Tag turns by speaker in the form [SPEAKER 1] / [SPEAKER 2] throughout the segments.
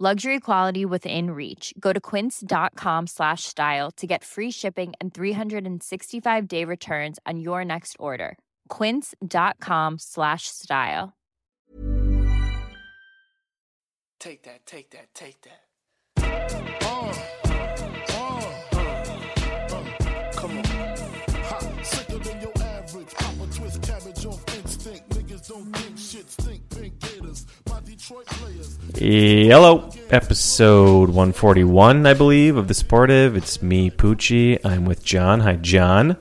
[SPEAKER 1] Luxury quality within reach. Go to quince.com slash style to get free shipping and 365 day returns on your next order. Quince.com slash style.
[SPEAKER 2] Take that, take that, take that. Uh, uh, uh, uh, come on. Ha, sicker than your average. Pop a twist cabbage off instinct. Niggas don't think shit, think pink gators. My Detroit players.
[SPEAKER 3] Eh, Hello, episode 141, I believe, of The Sportive. It's me, Poochie. I'm with John. Hi, John.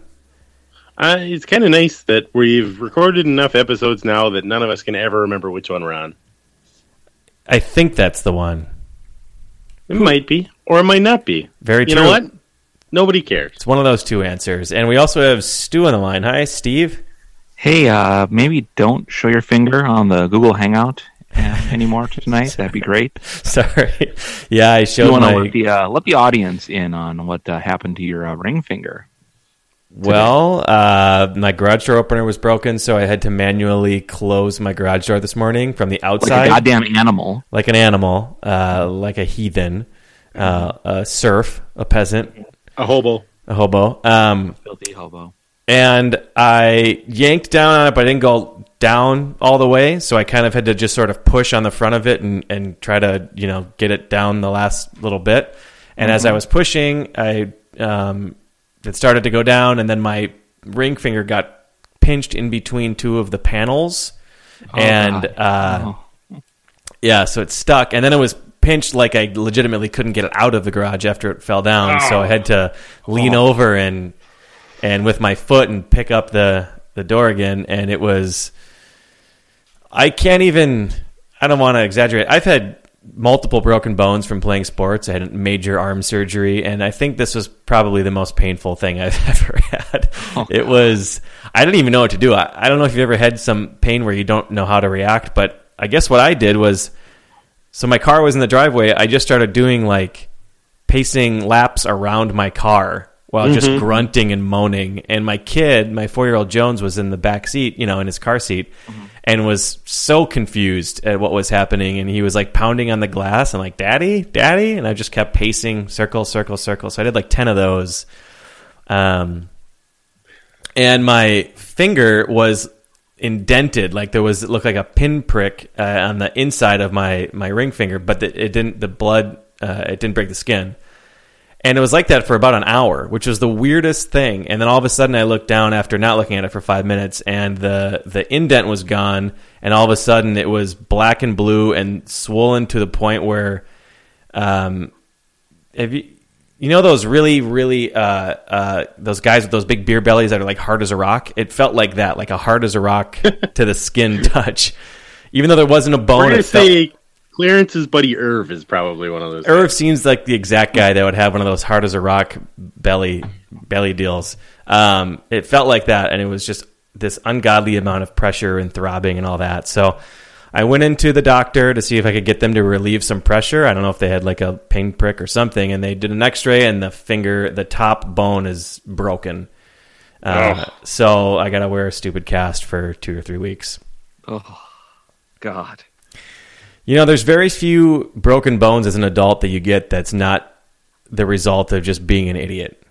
[SPEAKER 4] Uh, it's kind of nice that we've recorded enough episodes now that none of us can ever remember which one we're on.
[SPEAKER 3] I think that's the one.
[SPEAKER 4] It might be, or it might not be.
[SPEAKER 3] Very
[SPEAKER 4] You
[SPEAKER 3] true.
[SPEAKER 4] know what? Nobody cares.
[SPEAKER 3] It's one of those two answers. And we also have Stu on the line. Hi, Steve.
[SPEAKER 5] Hey, uh, maybe don't show your finger on the Google Hangout uh, anymore tonight. That'd be great.
[SPEAKER 3] Sorry. Yeah, I
[SPEAKER 5] You
[SPEAKER 3] showed
[SPEAKER 5] want to
[SPEAKER 3] my.
[SPEAKER 5] let the uh, let the audience in on what uh, happened to your uh, ring finger.
[SPEAKER 3] Well, uh, my garage door opener was broken, so I had to manually close my garage door this morning from the
[SPEAKER 5] Like
[SPEAKER 3] outside.
[SPEAKER 5] a goddamn animal.
[SPEAKER 3] like an animal, uh, like a heathen, uh, a serf, a peasant,
[SPEAKER 4] A hobo.
[SPEAKER 3] a hobo. Um,
[SPEAKER 5] Filthy hobo.
[SPEAKER 3] and I yanked down on it, but I didn't go down all the way. So I kind of had to just sort of push on the front of it and, and try to, you know, get it down the last little bit. And as I was pushing, I um, it started to go down, and then my ring finger got pinched in between two of the panels. and
[SPEAKER 5] God.
[SPEAKER 3] uh,
[SPEAKER 5] Oh.
[SPEAKER 3] yeah, so it stuck, and then it was pinched like I legitimately couldn't get it out of the garage after it fell down. So I had to lean over and and with my foot and pick up the the door again, and it was. I can't even. I don't want to exaggerate. I've had multiple broken bones from playing sports. I had major arm surgery, and I think this was probably the most painful thing I've ever had. it was. I didn't even know what to do. I, I don't know if you've ever had some pain where you don't know how to react, but I guess what I did was. So my car was in the driveway. I just started doing like pacing laps around my car while just grunting and moaning. And my kid, my four year old Jones, was in the back seat, you know, in his car seat, and was so confused at what was happening. And he was like pounding on the glass and like, Daddy, Daddy. And I just kept pacing circle, circle, circle. So I did like 10 of those. Um, and my finger was indented like there was it looked like a pinprick uh, on the inside of my my ring finger but the, it didn't the blood uh, it didn't break the skin and it was like that for about an hour which was the weirdest thing and then all of a sudden i looked down after not looking at it for five minutes and the the indent was gone and all of a sudden it was black and blue and swollen to the point where um have you you know those really really uh, uh, those guys with those big beer bellies that are like hard as a rock it felt like that like a hard as a rock to the skin touch even though there wasn't a
[SPEAKER 4] We're
[SPEAKER 3] bone
[SPEAKER 4] going to
[SPEAKER 3] it felt-
[SPEAKER 4] say Clarence's buddy Irv is probably one of those.
[SPEAKER 3] Irv seems like the exact guy that would have one of those hard as a rock belly belly deals. Um, it felt like that, and it was just this ungodly amount of pressure and throbbing and all that. So I went into the doctor to see if I could get them to relieve some pressure. I don't know if they had like a pain prick or something, and they did an X-ray, and the finger, the top bone is broken. Uh, so I gotta wear a stupid cast for two or three weeks.
[SPEAKER 5] God.
[SPEAKER 3] You know, there's very few broken bones as an adult that you get that's not the result of just being an idiot.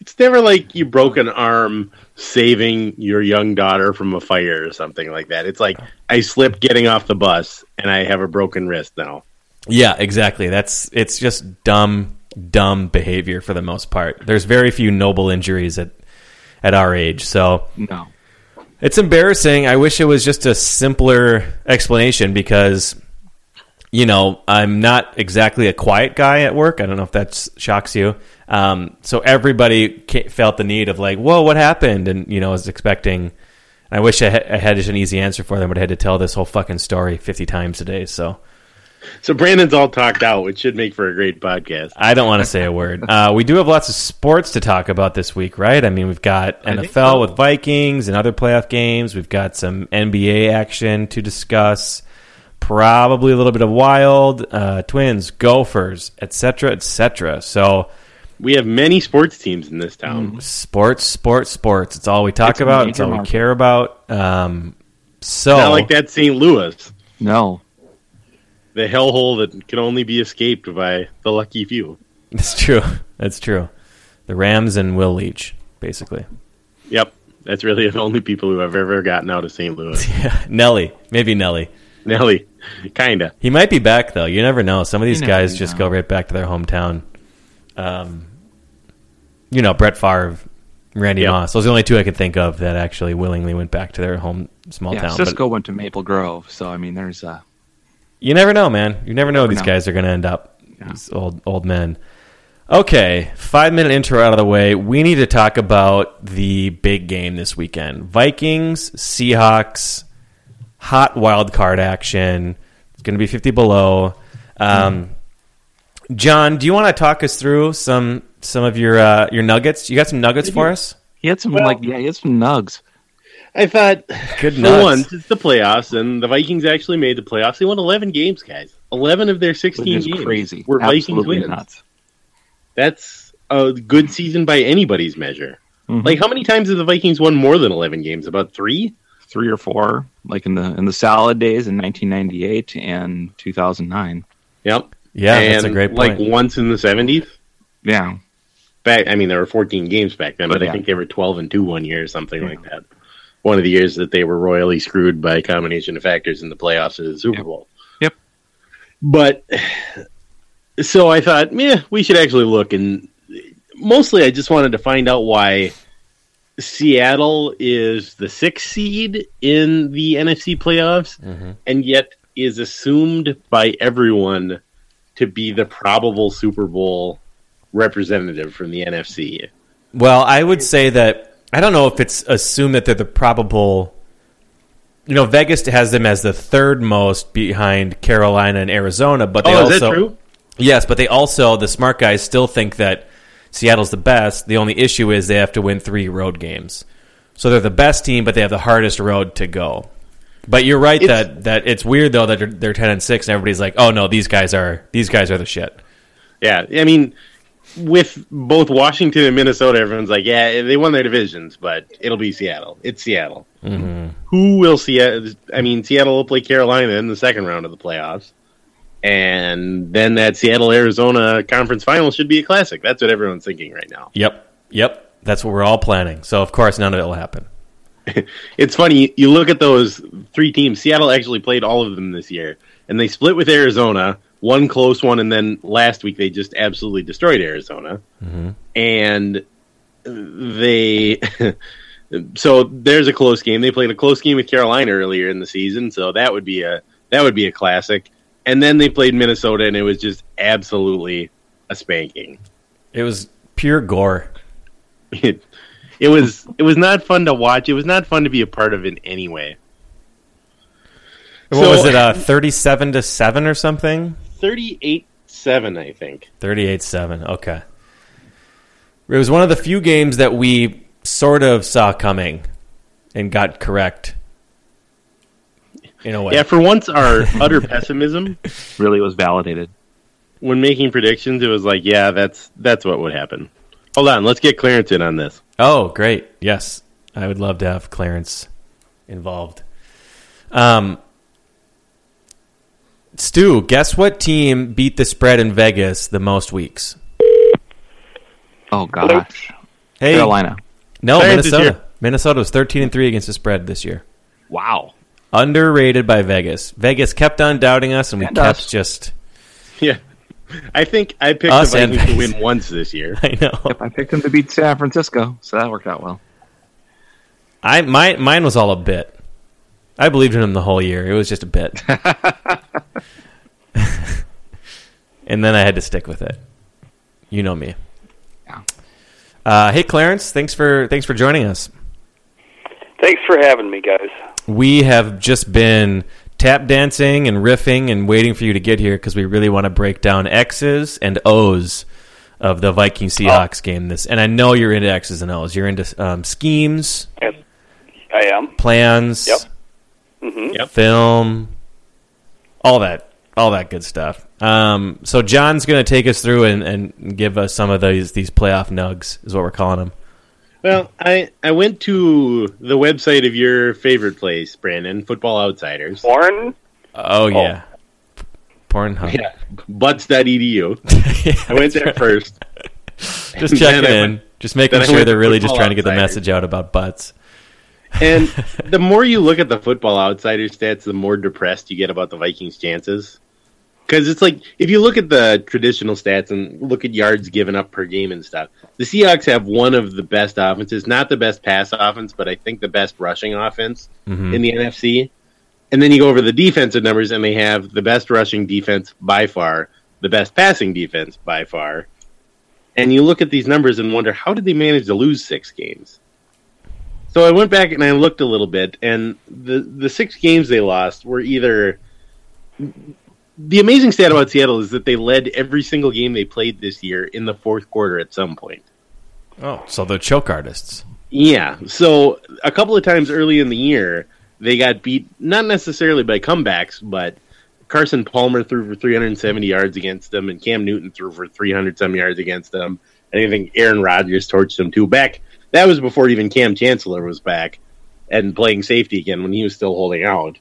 [SPEAKER 4] It's never like you broke an arm saving your young daughter from a fire or something like that. It's like I slipped getting off the bus and I have a broken wrist now.
[SPEAKER 3] Yeah, exactly. That's it's just dumb dumb behavior for the most part. There's very few noble injuries at at our age, so
[SPEAKER 5] No.
[SPEAKER 3] it's embarrassing. I wish it was just a simpler explanation because, you know, I'm not exactly a quiet guy at work. I don't know if that shocks you. Um, so everybody ca- felt the need of like, "Whoa, what happened?" And you know, I was expecting. I wish I, ha- I had just an easy answer for them, but I had to tell this whole fucking story 50 times today. So
[SPEAKER 4] So Brandon's all talked out, which should make for a great podcast.
[SPEAKER 3] I don't want to say a word. Uh, we do have lots of sports to talk about this week, right? I mean, we've got NFL with Vikings and other playoff games. We've got some NBA action to discuss. Probably a little bit of wild uh, twins, Gophers, etc., etc. So
[SPEAKER 4] We have many sports teams in this
[SPEAKER 3] Mm.
[SPEAKER 4] town.
[SPEAKER 3] sports, sports, sports. It's all we talk
[SPEAKER 5] It's a
[SPEAKER 3] about. It's
[SPEAKER 5] major
[SPEAKER 3] all we
[SPEAKER 5] market.
[SPEAKER 3] care about. Um, so
[SPEAKER 4] Not like that St. Louis,
[SPEAKER 5] No.
[SPEAKER 4] the hellhole that can only be escaped by the lucky few.
[SPEAKER 3] That's true. That's true. The Rams and Will Leach, basically.
[SPEAKER 4] Yep, that's really the only people who have ever gotten out of St. Louis.
[SPEAKER 3] Nelly, maybe Nelly.
[SPEAKER 4] Nelly, kinda.
[SPEAKER 3] He might be back though. You never know. Some of these
[SPEAKER 5] You never
[SPEAKER 3] guys just
[SPEAKER 5] know.
[SPEAKER 3] go right back to their hometown. Um, you know, Brett Favre, Randy
[SPEAKER 4] Yep.
[SPEAKER 3] Moss. Those are the only two I could think of that actually willingly went back to their home small
[SPEAKER 5] Yeah,
[SPEAKER 3] town. But
[SPEAKER 5] Cisco went to Maple Grove, so I mean, there's uh,
[SPEAKER 3] you never know, man. You never know where these
[SPEAKER 5] know.
[SPEAKER 3] guys are going to end up. These old old men. Okay, five minute intro out of the way. We need to talk about the big game this weekend: Vikings, Seahawks, hot wild card action. It's going to be fifty below. Um, John, do you want to talk us through some some of your uh, your nuggets? You got some nuggets for us?
[SPEAKER 5] he had some like yeah, he had some nugs.
[SPEAKER 4] I thought
[SPEAKER 3] Good
[SPEAKER 4] for
[SPEAKER 3] nuts.
[SPEAKER 4] once it's the playoffs, and the Vikings actually made the playoffs. They won eleven games, guys. Eleven of their
[SPEAKER 5] Which
[SPEAKER 4] sixteen
[SPEAKER 5] is
[SPEAKER 4] games
[SPEAKER 5] crazy.
[SPEAKER 4] were Vikings
[SPEAKER 5] Absolutely
[SPEAKER 4] wins.
[SPEAKER 5] nuts.
[SPEAKER 4] That's a good season by anybody's measure.
[SPEAKER 5] Mm-hmm.
[SPEAKER 4] Like how many times have the Vikings won more than eleven games? About three.
[SPEAKER 5] Three or four, like in the in the solid days in 1998 and 2009.
[SPEAKER 4] Yep.
[SPEAKER 3] Yeah, that's a
[SPEAKER 4] And,
[SPEAKER 3] great
[SPEAKER 4] Like
[SPEAKER 3] point.
[SPEAKER 4] once in the seventies.
[SPEAKER 5] Yeah,
[SPEAKER 4] Back, I mean, there were fourteen games back then, but I
[SPEAKER 5] Yeah.
[SPEAKER 4] think they were twelve and two one year or something like that. One of the years that they were royally screwed by a combination of factors in the playoffs of the Super
[SPEAKER 5] Yep.
[SPEAKER 4] Bowl.
[SPEAKER 5] Yep.
[SPEAKER 4] But so I thought, yeah, we should actually look, and mostly I just wanted to find out why Seattle is the sixth seed in the NFC playoffs,
[SPEAKER 5] Mm-hmm.
[SPEAKER 4] and yet is assumed by everyone to be the probable Super Bowl representative from the NFC.
[SPEAKER 3] Well, I would say that I don't know if it's assumed that they're the probable. You know, Vegas has them as the third most behind Carolina and Arizona, but they
[SPEAKER 4] Oh,
[SPEAKER 3] also
[SPEAKER 4] is that true?
[SPEAKER 3] yes, but they also the smart guys still think that Seattle's the best. The only issue is they have to win three road games, so they're the best team, but they have the hardest road to go. But you're right
[SPEAKER 4] It's-
[SPEAKER 3] that that it's weird though that they're, they're ten and six, and everybody's like, oh no, these guys are these guys are the shit.
[SPEAKER 4] Yeah, I mean, with both Washington and Minnesota, everyone's like, yeah, they won their divisions, but it'll be Seattle. It's Seattle. Mm-hmm. Who will Seattle? I mean, Seattle will play Carolina in the second round of the playoffs, and then that Seattle Arizona conference final should be a classic. That's what everyone's thinking right now.
[SPEAKER 3] Yep, yep, that's what we're all planning. So of course, none of it will happen.
[SPEAKER 4] It's funny. You look at those three teams. Seattle actually played all of them this year, and they split with Arizona, one close one, and then last week they just absolutely destroyed Arizona. And they, so there's a close game. They played a close game with Carolina earlier in the season, so that would be a that would be a classic. And then they played Minnesota, and it was just absolutely a spanking.
[SPEAKER 3] It was pure gore.
[SPEAKER 4] It, it was it was not fun to watch. It was not fun to be a part of in any way.
[SPEAKER 3] What
[SPEAKER 4] So-
[SPEAKER 3] was it? Uh, Thirty-seven to seven or something?
[SPEAKER 4] 38 7, I think.
[SPEAKER 3] Thirty-eight seven. Okay. It was one of the few games that we sort of saw coming and got correct. In a way,
[SPEAKER 4] Yeah, for once, our utter pessimism
[SPEAKER 5] really was validated.
[SPEAKER 4] when making predictions, it was like, yeah, that's that's what would happen. Hold on, let's get Clarence in on this.
[SPEAKER 3] Oh, great. Yes. I would love to have Clarence involved. Um, Stu, guess what team beat the spread in Vegas the most weeks?
[SPEAKER 5] Oh gosh,
[SPEAKER 3] Hey,
[SPEAKER 5] Carolina.
[SPEAKER 3] no,
[SPEAKER 4] Clarence is
[SPEAKER 3] Minnesota.
[SPEAKER 4] here.
[SPEAKER 3] Minnesota was 13 and 3 against the spread this year.
[SPEAKER 5] Wow.
[SPEAKER 3] Underrated by Vegas. Vegas kept on doubting us and we
[SPEAKER 5] And
[SPEAKER 3] kept
[SPEAKER 5] us.
[SPEAKER 3] just
[SPEAKER 4] Yeah. I think I picked
[SPEAKER 3] Us
[SPEAKER 4] the
[SPEAKER 3] and
[SPEAKER 4] Vikings to
[SPEAKER 3] Vikings.
[SPEAKER 4] win once this year.
[SPEAKER 3] I know.
[SPEAKER 5] I picked them to beat San Francisco, so that worked out well.
[SPEAKER 3] I my mine was all a bit. I believed in him the whole year. It was just a bit. and then I had to stick with it. You know me.
[SPEAKER 5] Yeah.
[SPEAKER 3] Uh, hey Clarence, thanks for thanks for joining us.
[SPEAKER 6] Thanks for having me, guys.
[SPEAKER 3] We have just been tap dancing and riffing and waiting for you to get here because we really want to break down X's and O's of the
[SPEAKER 6] Oh.
[SPEAKER 3] Viking Seahawks game. This, and I know you're into X's and O's. You're into um, schemes,
[SPEAKER 6] Yes, I am.
[SPEAKER 3] plans,
[SPEAKER 6] Yep. Mm-hmm.
[SPEAKER 4] Yep.
[SPEAKER 3] film, all that, all that good stuff. Um, so John's going to take us through and, and give us some of these these playoff nugs, is what we're calling them.
[SPEAKER 4] Well, I, I went to the website of your favorite place, Brandon, Football Outsiders,
[SPEAKER 6] Born?
[SPEAKER 3] Oh, yeah, Pornhub.
[SPEAKER 4] Yeah. butts.edu. E I went there first.
[SPEAKER 3] Just
[SPEAKER 4] Then
[SPEAKER 3] checking
[SPEAKER 4] I
[SPEAKER 3] in,
[SPEAKER 4] went-
[SPEAKER 3] just making
[SPEAKER 4] then I
[SPEAKER 3] sure
[SPEAKER 4] went
[SPEAKER 3] they're
[SPEAKER 4] to
[SPEAKER 3] really just
[SPEAKER 4] Football
[SPEAKER 3] trying to get the
[SPEAKER 4] Outsiders.
[SPEAKER 3] message out about butts.
[SPEAKER 4] And the more you look at the football outsider stats, the more depressed you get about the Vikings' chances. Because it's like if you look at the traditional stats and look at yards given up per game and stuff, the Seahawks have one of the best offenses, not the best pass offense, but I think the best rushing offense in the NFC. And then you go over the defensive numbers, and they have the best rushing defense by far, the best passing defense by far. And you look at these numbers and wonder how did they manage to lose six games? So I went back and I looked a little bit, and the the six games they lost were either the amazing stat about Seattle is that they led every single game they played this year in the fourth quarter at some point.
[SPEAKER 3] Oh, so they're choke artists.
[SPEAKER 4] Yeah. So a couple of times early in the year, they got beat not necessarily by comebacks, but Carson Palmer threw for 370 yards against them, and Cam Newton threw for 300 some yards against them. And I think Aaron Rodgers torched them too. Back that was before even Cam Chancellor was back and playing safety again when he was still holding out.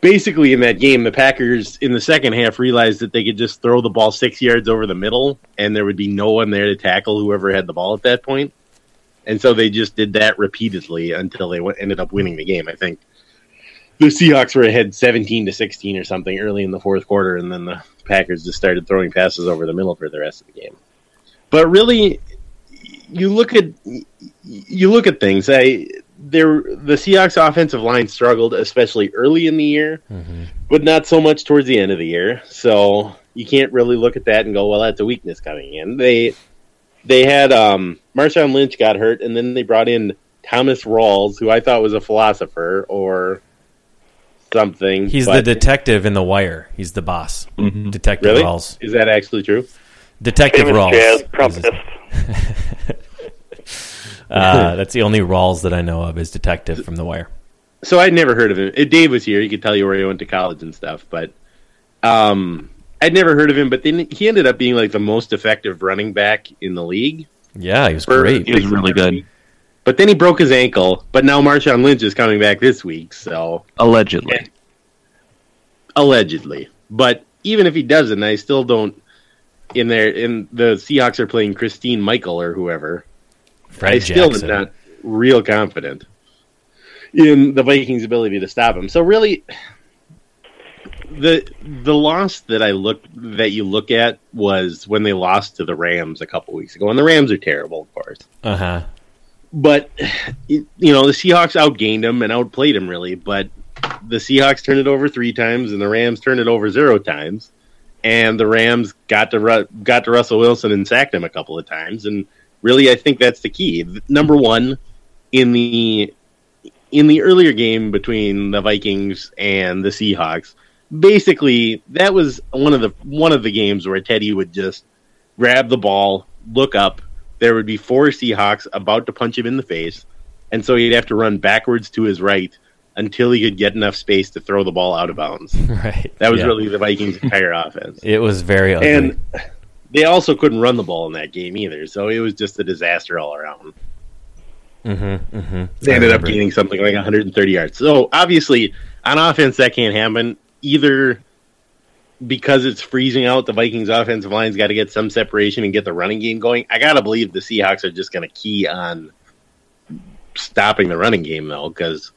[SPEAKER 4] Basically, in that game, the Packers in the second half realized that they could just throw the ball six yards over the middle, and there would be no one there to tackle whoever had the ball at that point and so they just did that repeatedly until they went, ended up winning the game. I think the Seahawks were ahead seventeen to sixteen or something early in the fourth quarter, and then the Packers just started throwing passes over the middle for the rest of the game. But really, you look at you look at things. I there the Seahawks offensive line struggled, especially early in the year,
[SPEAKER 3] Mm-hmm.
[SPEAKER 4] but not so much towards the end of the year. So you can't really look at that and go, "Well, that's a weakness coming in." They they had um, Marshawn Lynch got hurt, and then they brought in Thomas Rawls, who I thought was a philosopher or something.
[SPEAKER 3] He's
[SPEAKER 4] but-
[SPEAKER 3] the detective in The Wire. He's the boss.
[SPEAKER 4] Mm-hmm.
[SPEAKER 3] Detective
[SPEAKER 4] really
[SPEAKER 3] Rawls.
[SPEAKER 4] is that actually true?
[SPEAKER 3] Detective
[SPEAKER 6] Famous
[SPEAKER 3] Rawls.
[SPEAKER 6] jazz
[SPEAKER 3] Is-
[SPEAKER 6] trumpetist.
[SPEAKER 3] Uh, that's the only Rawls that I know of is Detective from The Wire.
[SPEAKER 4] so I'd never heard of him. If Dave was here, he could tell you where he went to college and stuff, but um, I'd never heard of him. But then he ended up being like the most effective running back in the league.
[SPEAKER 3] Yeah, he was
[SPEAKER 4] For-
[SPEAKER 3] great.
[SPEAKER 5] He was really good,
[SPEAKER 4] But then he broke his ankle. But now Marshawn Lynch is coming back this week, so
[SPEAKER 5] allegedly.
[SPEAKER 4] And- allegedly. But even if he doesn't, I still don't. In there, in the Seahawks are playing Christine Michael or whoever.
[SPEAKER 3] Fred
[SPEAKER 4] I still
[SPEAKER 3] Jackson.
[SPEAKER 4] am not real confident in the Vikings' ability to stop him. So really, the the loss that I look that you look at was when they lost to the Rams a couple weeks ago, and the Rams are terrible, of course.
[SPEAKER 3] Uh-huh.
[SPEAKER 4] But you know the Seahawks outgained them and outplayed them really, but the Seahawks turned it over three times, and the Rams turned it over zero times. And the Rams got to Ru- got to Russell Wilson and sacked him a couple of times. And really, I think that's the key. Th- Number one in the in the earlier game between the Vikings and the Seahawks, basically that was one of the one of the games where Teddy would just grab the ball, look up. There would be four Seahawks about to punch him in the face, and so he'd have to run backwards to his right until he could get enough space to throw the ball out of bounds.
[SPEAKER 3] Right.
[SPEAKER 4] That was
[SPEAKER 3] Yeah.
[SPEAKER 4] really the Vikings' entire offense.
[SPEAKER 3] It was very ugly.
[SPEAKER 4] And they also couldn't run the ball in that game either, so it was just a disaster all around.
[SPEAKER 3] mm-hmm, mm-hmm.
[SPEAKER 4] They ended up gaining something like 130 yards. So obviously, on offense, that can't happen either because it's freezing out. The Vikings' offensive line's got to get some separation and get the running game going. I gotta believe the Seahawks are just going to key on stopping the running game though, because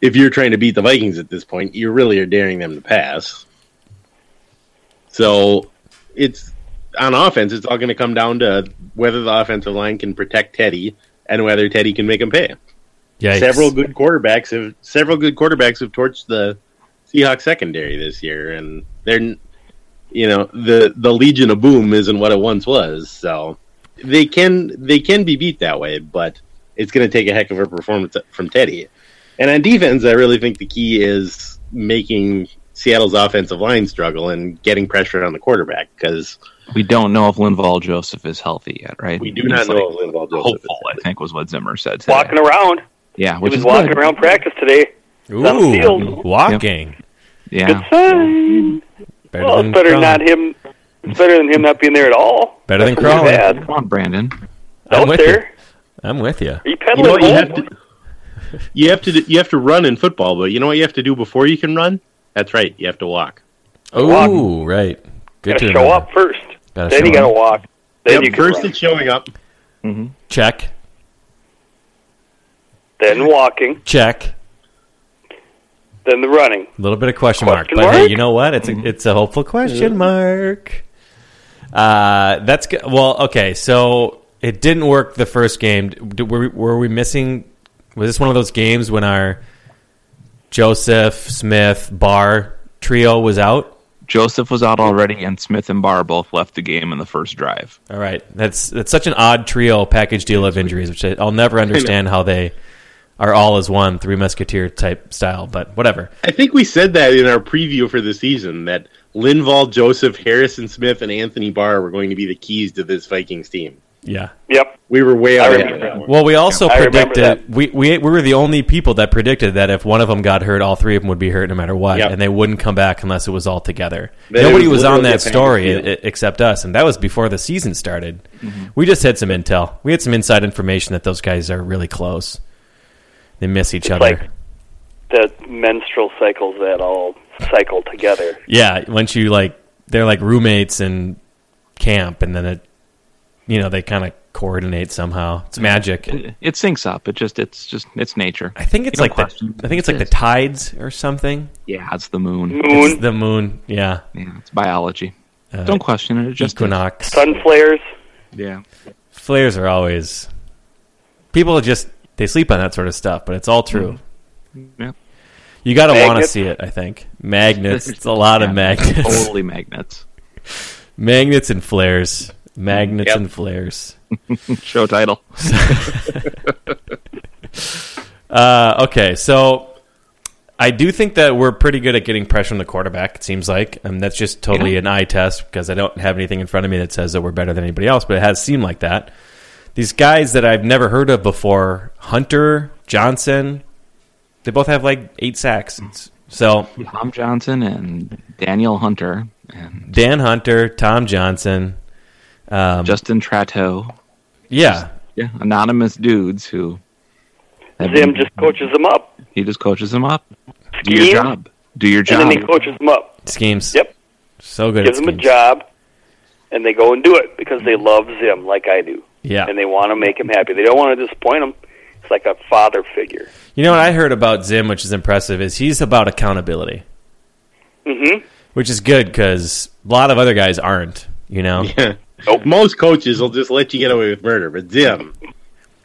[SPEAKER 4] if you're trying to beat the Vikings at this point, you really are daring them to pass. So it's on offense. It's all going to come down to whether the offensive line can protect Teddy and whether Teddy can make him pay.
[SPEAKER 3] Yikes.
[SPEAKER 4] Several good quarterbacks have several good quarterbacks have torched the Seahawks secondary this year, and they're n- you know the the Legion of Boom isn't what it once was. So they can they can be beat that way, but it's going to take a heck of a performance from Teddy. And on defense, I really think the key is making Seattle's offensive line struggle and getting pressure on the quarterback because
[SPEAKER 5] We don't know if Linval Joseph is healthy yet, right?
[SPEAKER 4] we do not
[SPEAKER 5] He's,
[SPEAKER 4] know
[SPEAKER 5] like,
[SPEAKER 4] if Linval Joseph. is
[SPEAKER 5] Hopeful, I think, was what Zimmer said. Today.
[SPEAKER 6] Walking around.
[SPEAKER 5] yeah,
[SPEAKER 6] He
[SPEAKER 5] which
[SPEAKER 6] was
[SPEAKER 5] is
[SPEAKER 6] walking
[SPEAKER 5] good.
[SPEAKER 6] around practice today. on the
[SPEAKER 3] Ooh,
[SPEAKER 6] field.
[SPEAKER 3] walking.
[SPEAKER 6] Good
[SPEAKER 5] Yeah,
[SPEAKER 6] sign.
[SPEAKER 3] Better
[SPEAKER 6] Well,
[SPEAKER 3] than
[SPEAKER 6] it's better
[SPEAKER 3] crawling.
[SPEAKER 6] not him. It's better than him not being there at all.
[SPEAKER 3] Better than
[SPEAKER 6] That's really
[SPEAKER 3] crawling.
[SPEAKER 6] bad.
[SPEAKER 5] come on, Brandon.
[SPEAKER 3] I'm
[SPEAKER 6] Out
[SPEAKER 3] with
[SPEAKER 6] there.
[SPEAKER 3] I'm with you.
[SPEAKER 6] Are you
[SPEAKER 4] You
[SPEAKER 6] peddling
[SPEAKER 4] know what you
[SPEAKER 6] home?
[SPEAKER 4] have to you have to do- you have to run in football, but you know what you have to do before you can run? That's right, you have to walk.
[SPEAKER 6] walk.
[SPEAKER 3] Ooh, right. Good
[SPEAKER 6] gotta
[SPEAKER 3] to
[SPEAKER 6] show
[SPEAKER 3] remember.
[SPEAKER 6] up first.
[SPEAKER 3] Gotta
[SPEAKER 6] then
[SPEAKER 3] show
[SPEAKER 6] you gotta
[SPEAKER 3] up.
[SPEAKER 6] walk. Then
[SPEAKER 4] Yep,
[SPEAKER 6] you can
[SPEAKER 4] first
[SPEAKER 6] run.
[SPEAKER 4] it's showing up.
[SPEAKER 3] Check.
[SPEAKER 6] Then walking.
[SPEAKER 3] Check.
[SPEAKER 6] Then the running.
[SPEAKER 3] A little bit of question,
[SPEAKER 6] Question
[SPEAKER 3] mark, but hey,
[SPEAKER 6] mark?
[SPEAKER 3] you know what? It's a, it's a hopeful question mark. Uh, that's good. Well, okay. So it didn't work the first game. D- Were we, were we missing? Was this one of those games when our Joseph Smith Bar trio was out?
[SPEAKER 5] Joseph was out already, and Smith and Barr both left the game in the first drive.
[SPEAKER 3] All right, that's that's such an odd trio package deal of injuries, which I, I'll never understand how they are all as one three musketeer type style. But whatever.
[SPEAKER 4] I think we said that in our preview for the season that Linval, Joseph, Harrison Smith, and Anthony Barr were going to be the keys to this Vikings team.
[SPEAKER 3] Yeah.
[SPEAKER 6] Yep.
[SPEAKER 4] We were way out
[SPEAKER 6] remember
[SPEAKER 4] of that one.
[SPEAKER 3] Well, we also
[SPEAKER 6] I remember
[SPEAKER 3] predicted we, we we were the only people that predicted that if one of them got hurt, all three of them would be hurt no matter what,
[SPEAKER 4] Yep.
[SPEAKER 3] and they wouldn't come back unless it was all together.
[SPEAKER 4] Then it
[SPEAKER 3] Nobody was,
[SPEAKER 4] was
[SPEAKER 3] on
[SPEAKER 4] literally a
[SPEAKER 3] that story
[SPEAKER 4] package deal.
[SPEAKER 3] e- except us, and that was before the season started.
[SPEAKER 6] Mm-hmm.
[SPEAKER 3] We just had some intel. We had some inside information that those guys are really close. They miss each other.
[SPEAKER 6] like- The menstrual cycles that all cycle together.
[SPEAKER 3] yeah, once you like, they're like roommates in camp, and then it, you know, they kind of coordinate somehow. It's magic.
[SPEAKER 5] It, it syncs up. It just, it's just, it's nature.
[SPEAKER 3] I think it's
[SPEAKER 5] No
[SPEAKER 3] like the,
[SPEAKER 5] question.
[SPEAKER 3] I think it's like the tides or something.
[SPEAKER 5] Yeah, it's the moon.
[SPEAKER 6] Moon,
[SPEAKER 3] It's the moon. Yeah.
[SPEAKER 5] Yeah, it's biology. Don't question it. It just
[SPEAKER 3] Uh, Equinox.
[SPEAKER 6] sun flares.
[SPEAKER 5] Yeah.
[SPEAKER 3] Flares are always. People just they sleep on that sort of stuff, but it's all true.
[SPEAKER 5] Yeah.
[SPEAKER 3] You gotta want to
[SPEAKER 6] Magnets. Oh.
[SPEAKER 3] see it. I think magnets. It's a lot of
[SPEAKER 5] Yeah,
[SPEAKER 3] magnets.
[SPEAKER 5] Totally magnets.
[SPEAKER 3] magnets and flares. Magnets
[SPEAKER 4] Yep.
[SPEAKER 3] and flares.
[SPEAKER 5] Show title.
[SPEAKER 3] Uh, okay, so I do think that we're pretty good at getting pressure on the quarterback. It seems like, and that's just totally
[SPEAKER 5] Yeah.
[SPEAKER 3] an eye test because I don't have anything in front of me that says that we're better than anybody else. But it has seemed like that. These guys that I've never heard of before, Hunter Johnson, they both have like eight sacks.
[SPEAKER 6] Mm.
[SPEAKER 3] It's- So
[SPEAKER 5] Tom Johnson and Daniel Hunter and
[SPEAKER 3] Dan Hunter, Tom Johnson, Um,
[SPEAKER 5] Justin Tratto.
[SPEAKER 3] yeah,
[SPEAKER 5] Yeah, anonymous dudes who have
[SPEAKER 6] Zim
[SPEAKER 5] been-
[SPEAKER 6] just coaches them up,
[SPEAKER 5] he just coaches them up. Do your
[SPEAKER 6] Scheme.
[SPEAKER 5] job. Do your
[SPEAKER 6] and
[SPEAKER 5] job.
[SPEAKER 6] then he coaches them up.
[SPEAKER 3] schemes.
[SPEAKER 6] Yep.
[SPEAKER 3] so good.
[SPEAKER 6] Gives
[SPEAKER 3] at
[SPEAKER 6] them a
[SPEAKER 3] schemes.
[SPEAKER 6] job, and they go and do it because they love Zim like I do.
[SPEAKER 3] Yeah.
[SPEAKER 6] And they want to make him happy. They don't want to disappoint him. It's like a father figure.
[SPEAKER 3] You know what I heard about Zim, which is impressive, is he's about accountability. Mm-hmm. Which is good because a lot of other guys aren't. You know,
[SPEAKER 4] Most coaches will just let you get away with murder, but Zim,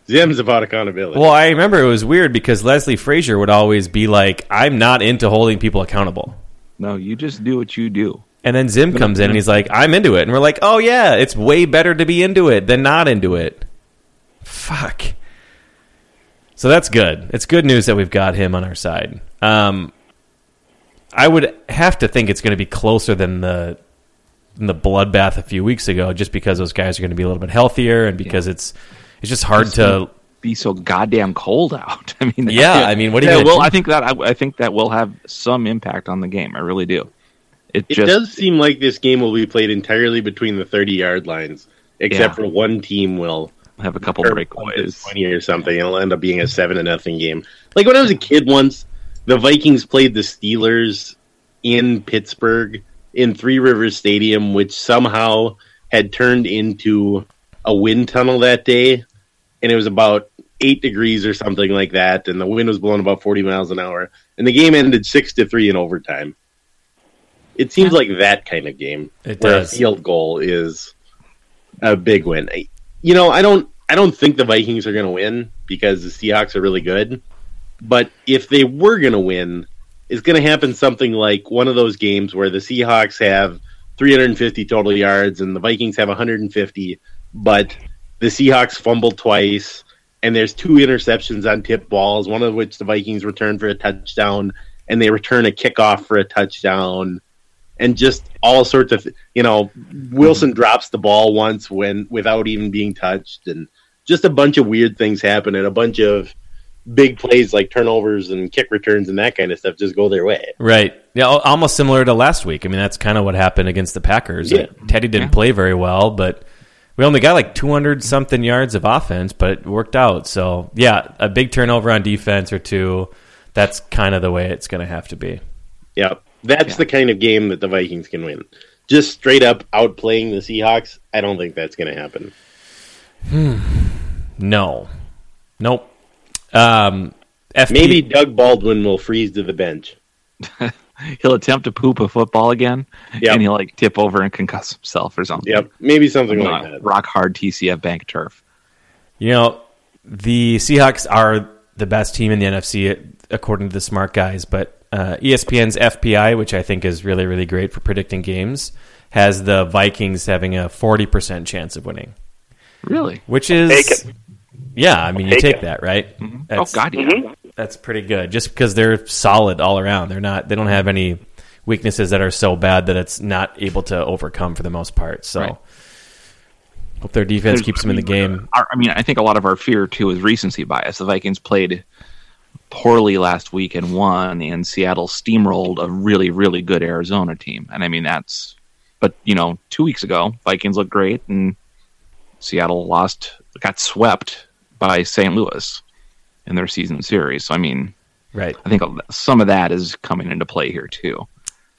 [SPEAKER 4] Zim's about accountability.
[SPEAKER 3] Well, I remember it was weird because Leslie Frazier would always be like, "I'm not into holding people accountable,"
[SPEAKER 5] no, you just do what you do.
[SPEAKER 3] and then Zim comes in and he's like, "I'm into it," and we're like, "Oh yeah, it's way better to be into it than not into it." Fuck. So that's good. It's good news that we've got him on our side. Um, I would have to think it's going to be closer than the than the bloodbath a few weeks ago, just because those guys are going to be a little bit healthier, and because it's it's just hard to.
[SPEAKER 5] Be so goddamn cold out. I mean,
[SPEAKER 3] Yeah, I mean, what are you
[SPEAKER 5] yeah,
[SPEAKER 3] gonna
[SPEAKER 5] well,
[SPEAKER 3] do?
[SPEAKER 5] I think that I, I think that will have some impact on the game. I really do. It,
[SPEAKER 4] It
[SPEAKER 5] just
[SPEAKER 4] does seem like this game will be played entirely between the 30 yard lines, except
[SPEAKER 5] Yeah.
[SPEAKER 4] for one team will
[SPEAKER 5] have a couple
[SPEAKER 4] or
[SPEAKER 5] breakaways.
[SPEAKER 4] 20 or something. It'll end up being a 7 to nothing game. Like when I was a kid once, the Vikings played the Steelers in Pittsburgh in Three Rivers Stadium, which somehow had turned into a wind tunnel that day. And it was about eight degrees or something like that. And the wind was blowing about 40 miles an hour. And the game ended 6 to 3 in overtime. It seems like that kind of game.
[SPEAKER 3] It
[SPEAKER 4] where
[SPEAKER 3] does.
[SPEAKER 4] A field goal is a big win. I- You know, I don't. I don't think the Vikings are going to win because the Seahawks are really good. But if they were going to win, it's going to happen something like one of those games where the Seahawks have 350 total yards and the Vikings have 150, but the Seahawks fumble twice and there's two interceptions on tip balls, one of which the Vikings return for a touchdown and they return a kickoff for a touchdown and just all sorts of you know Wilson drops the ball once when without even being touched and just a bunch of weird things happen and a bunch of big plays like turnovers and kick returns and that kind of stuff just go their way.
[SPEAKER 3] Right. Yeah, al- almost similar to last week. I mean, that's kind of what happened against the Packers.
[SPEAKER 4] Yeah.
[SPEAKER 3] Teddy didn't play very well, but we only got like 200 something yards of offense, but it worked out. So, yeah, a big turnover on defense or two. That's kind of the way it's going to have to be.
[SPEAKER 4] Yeah. That's the kind of game that the Vikings can win. Just straight up outplaying the Seahawks, I don't think that's going to happen.
[SPEAKER 3] No. Nope. Um, FP,
[SPEAKER 4] Maybe Doug Baldwin will freeze to the bench.
[SPEAKER 5] He'll attempt to poop a football again,
[SPEAKER 4] Yep.
[SPEAKER 5] and he'll like tip over and concuss himself or something.
[SPEAKER 4] Yep, maybe something
[SPEAKER 5] Not
[SPEAKER 4] like that.
[SPEAKER 5] rock hard TCF bank turf.
[SPEAKER 3] You know, the Seahawks are the best team in the NFC according to the smart guys, but uh, ESPN's FPI, which I think is really really great for predicting games, has the Vikings having a 40% chance of winning,
[SPEAKER 5] Really?
[SPEAKER 3] which is
[SPEAKER 6] Take it.
[SPEAKER 3] Yeah, I mean you
[SPEAKER 6] Take
[SPEAKER 3] take
[SPEAKER 6] it.
[SPEAKER 3] that, right?
[SPEAKER 5] oh God, yeah.
[SPEAKER 3] Mm-hmm. That's pretty good just because they're solid all around. They're not they don't have any weaknesses that are so bad that it's not able to overcome for the most part. So
[SPEAKER 5] Right.
[SPEAKER 3] Hope their defense
[SPEAKER 5] There's-
[SPEAKER 3] keeps them in the game.
[SPEAKER 5] Our, I mean, I think a lot of our fear too is recency bias. The Vikings played poorly last week and won, and Seattle steamrolled a really, really good Arizona team. And I mean, that's. But you know, two weeks ago, Vikings looked great, and Seattle lost, got swept by St. Louis in their season series. So I mean,
[SPEAKER 3] Right.
[SPEAKER 5] I think some of that is coming into play here too.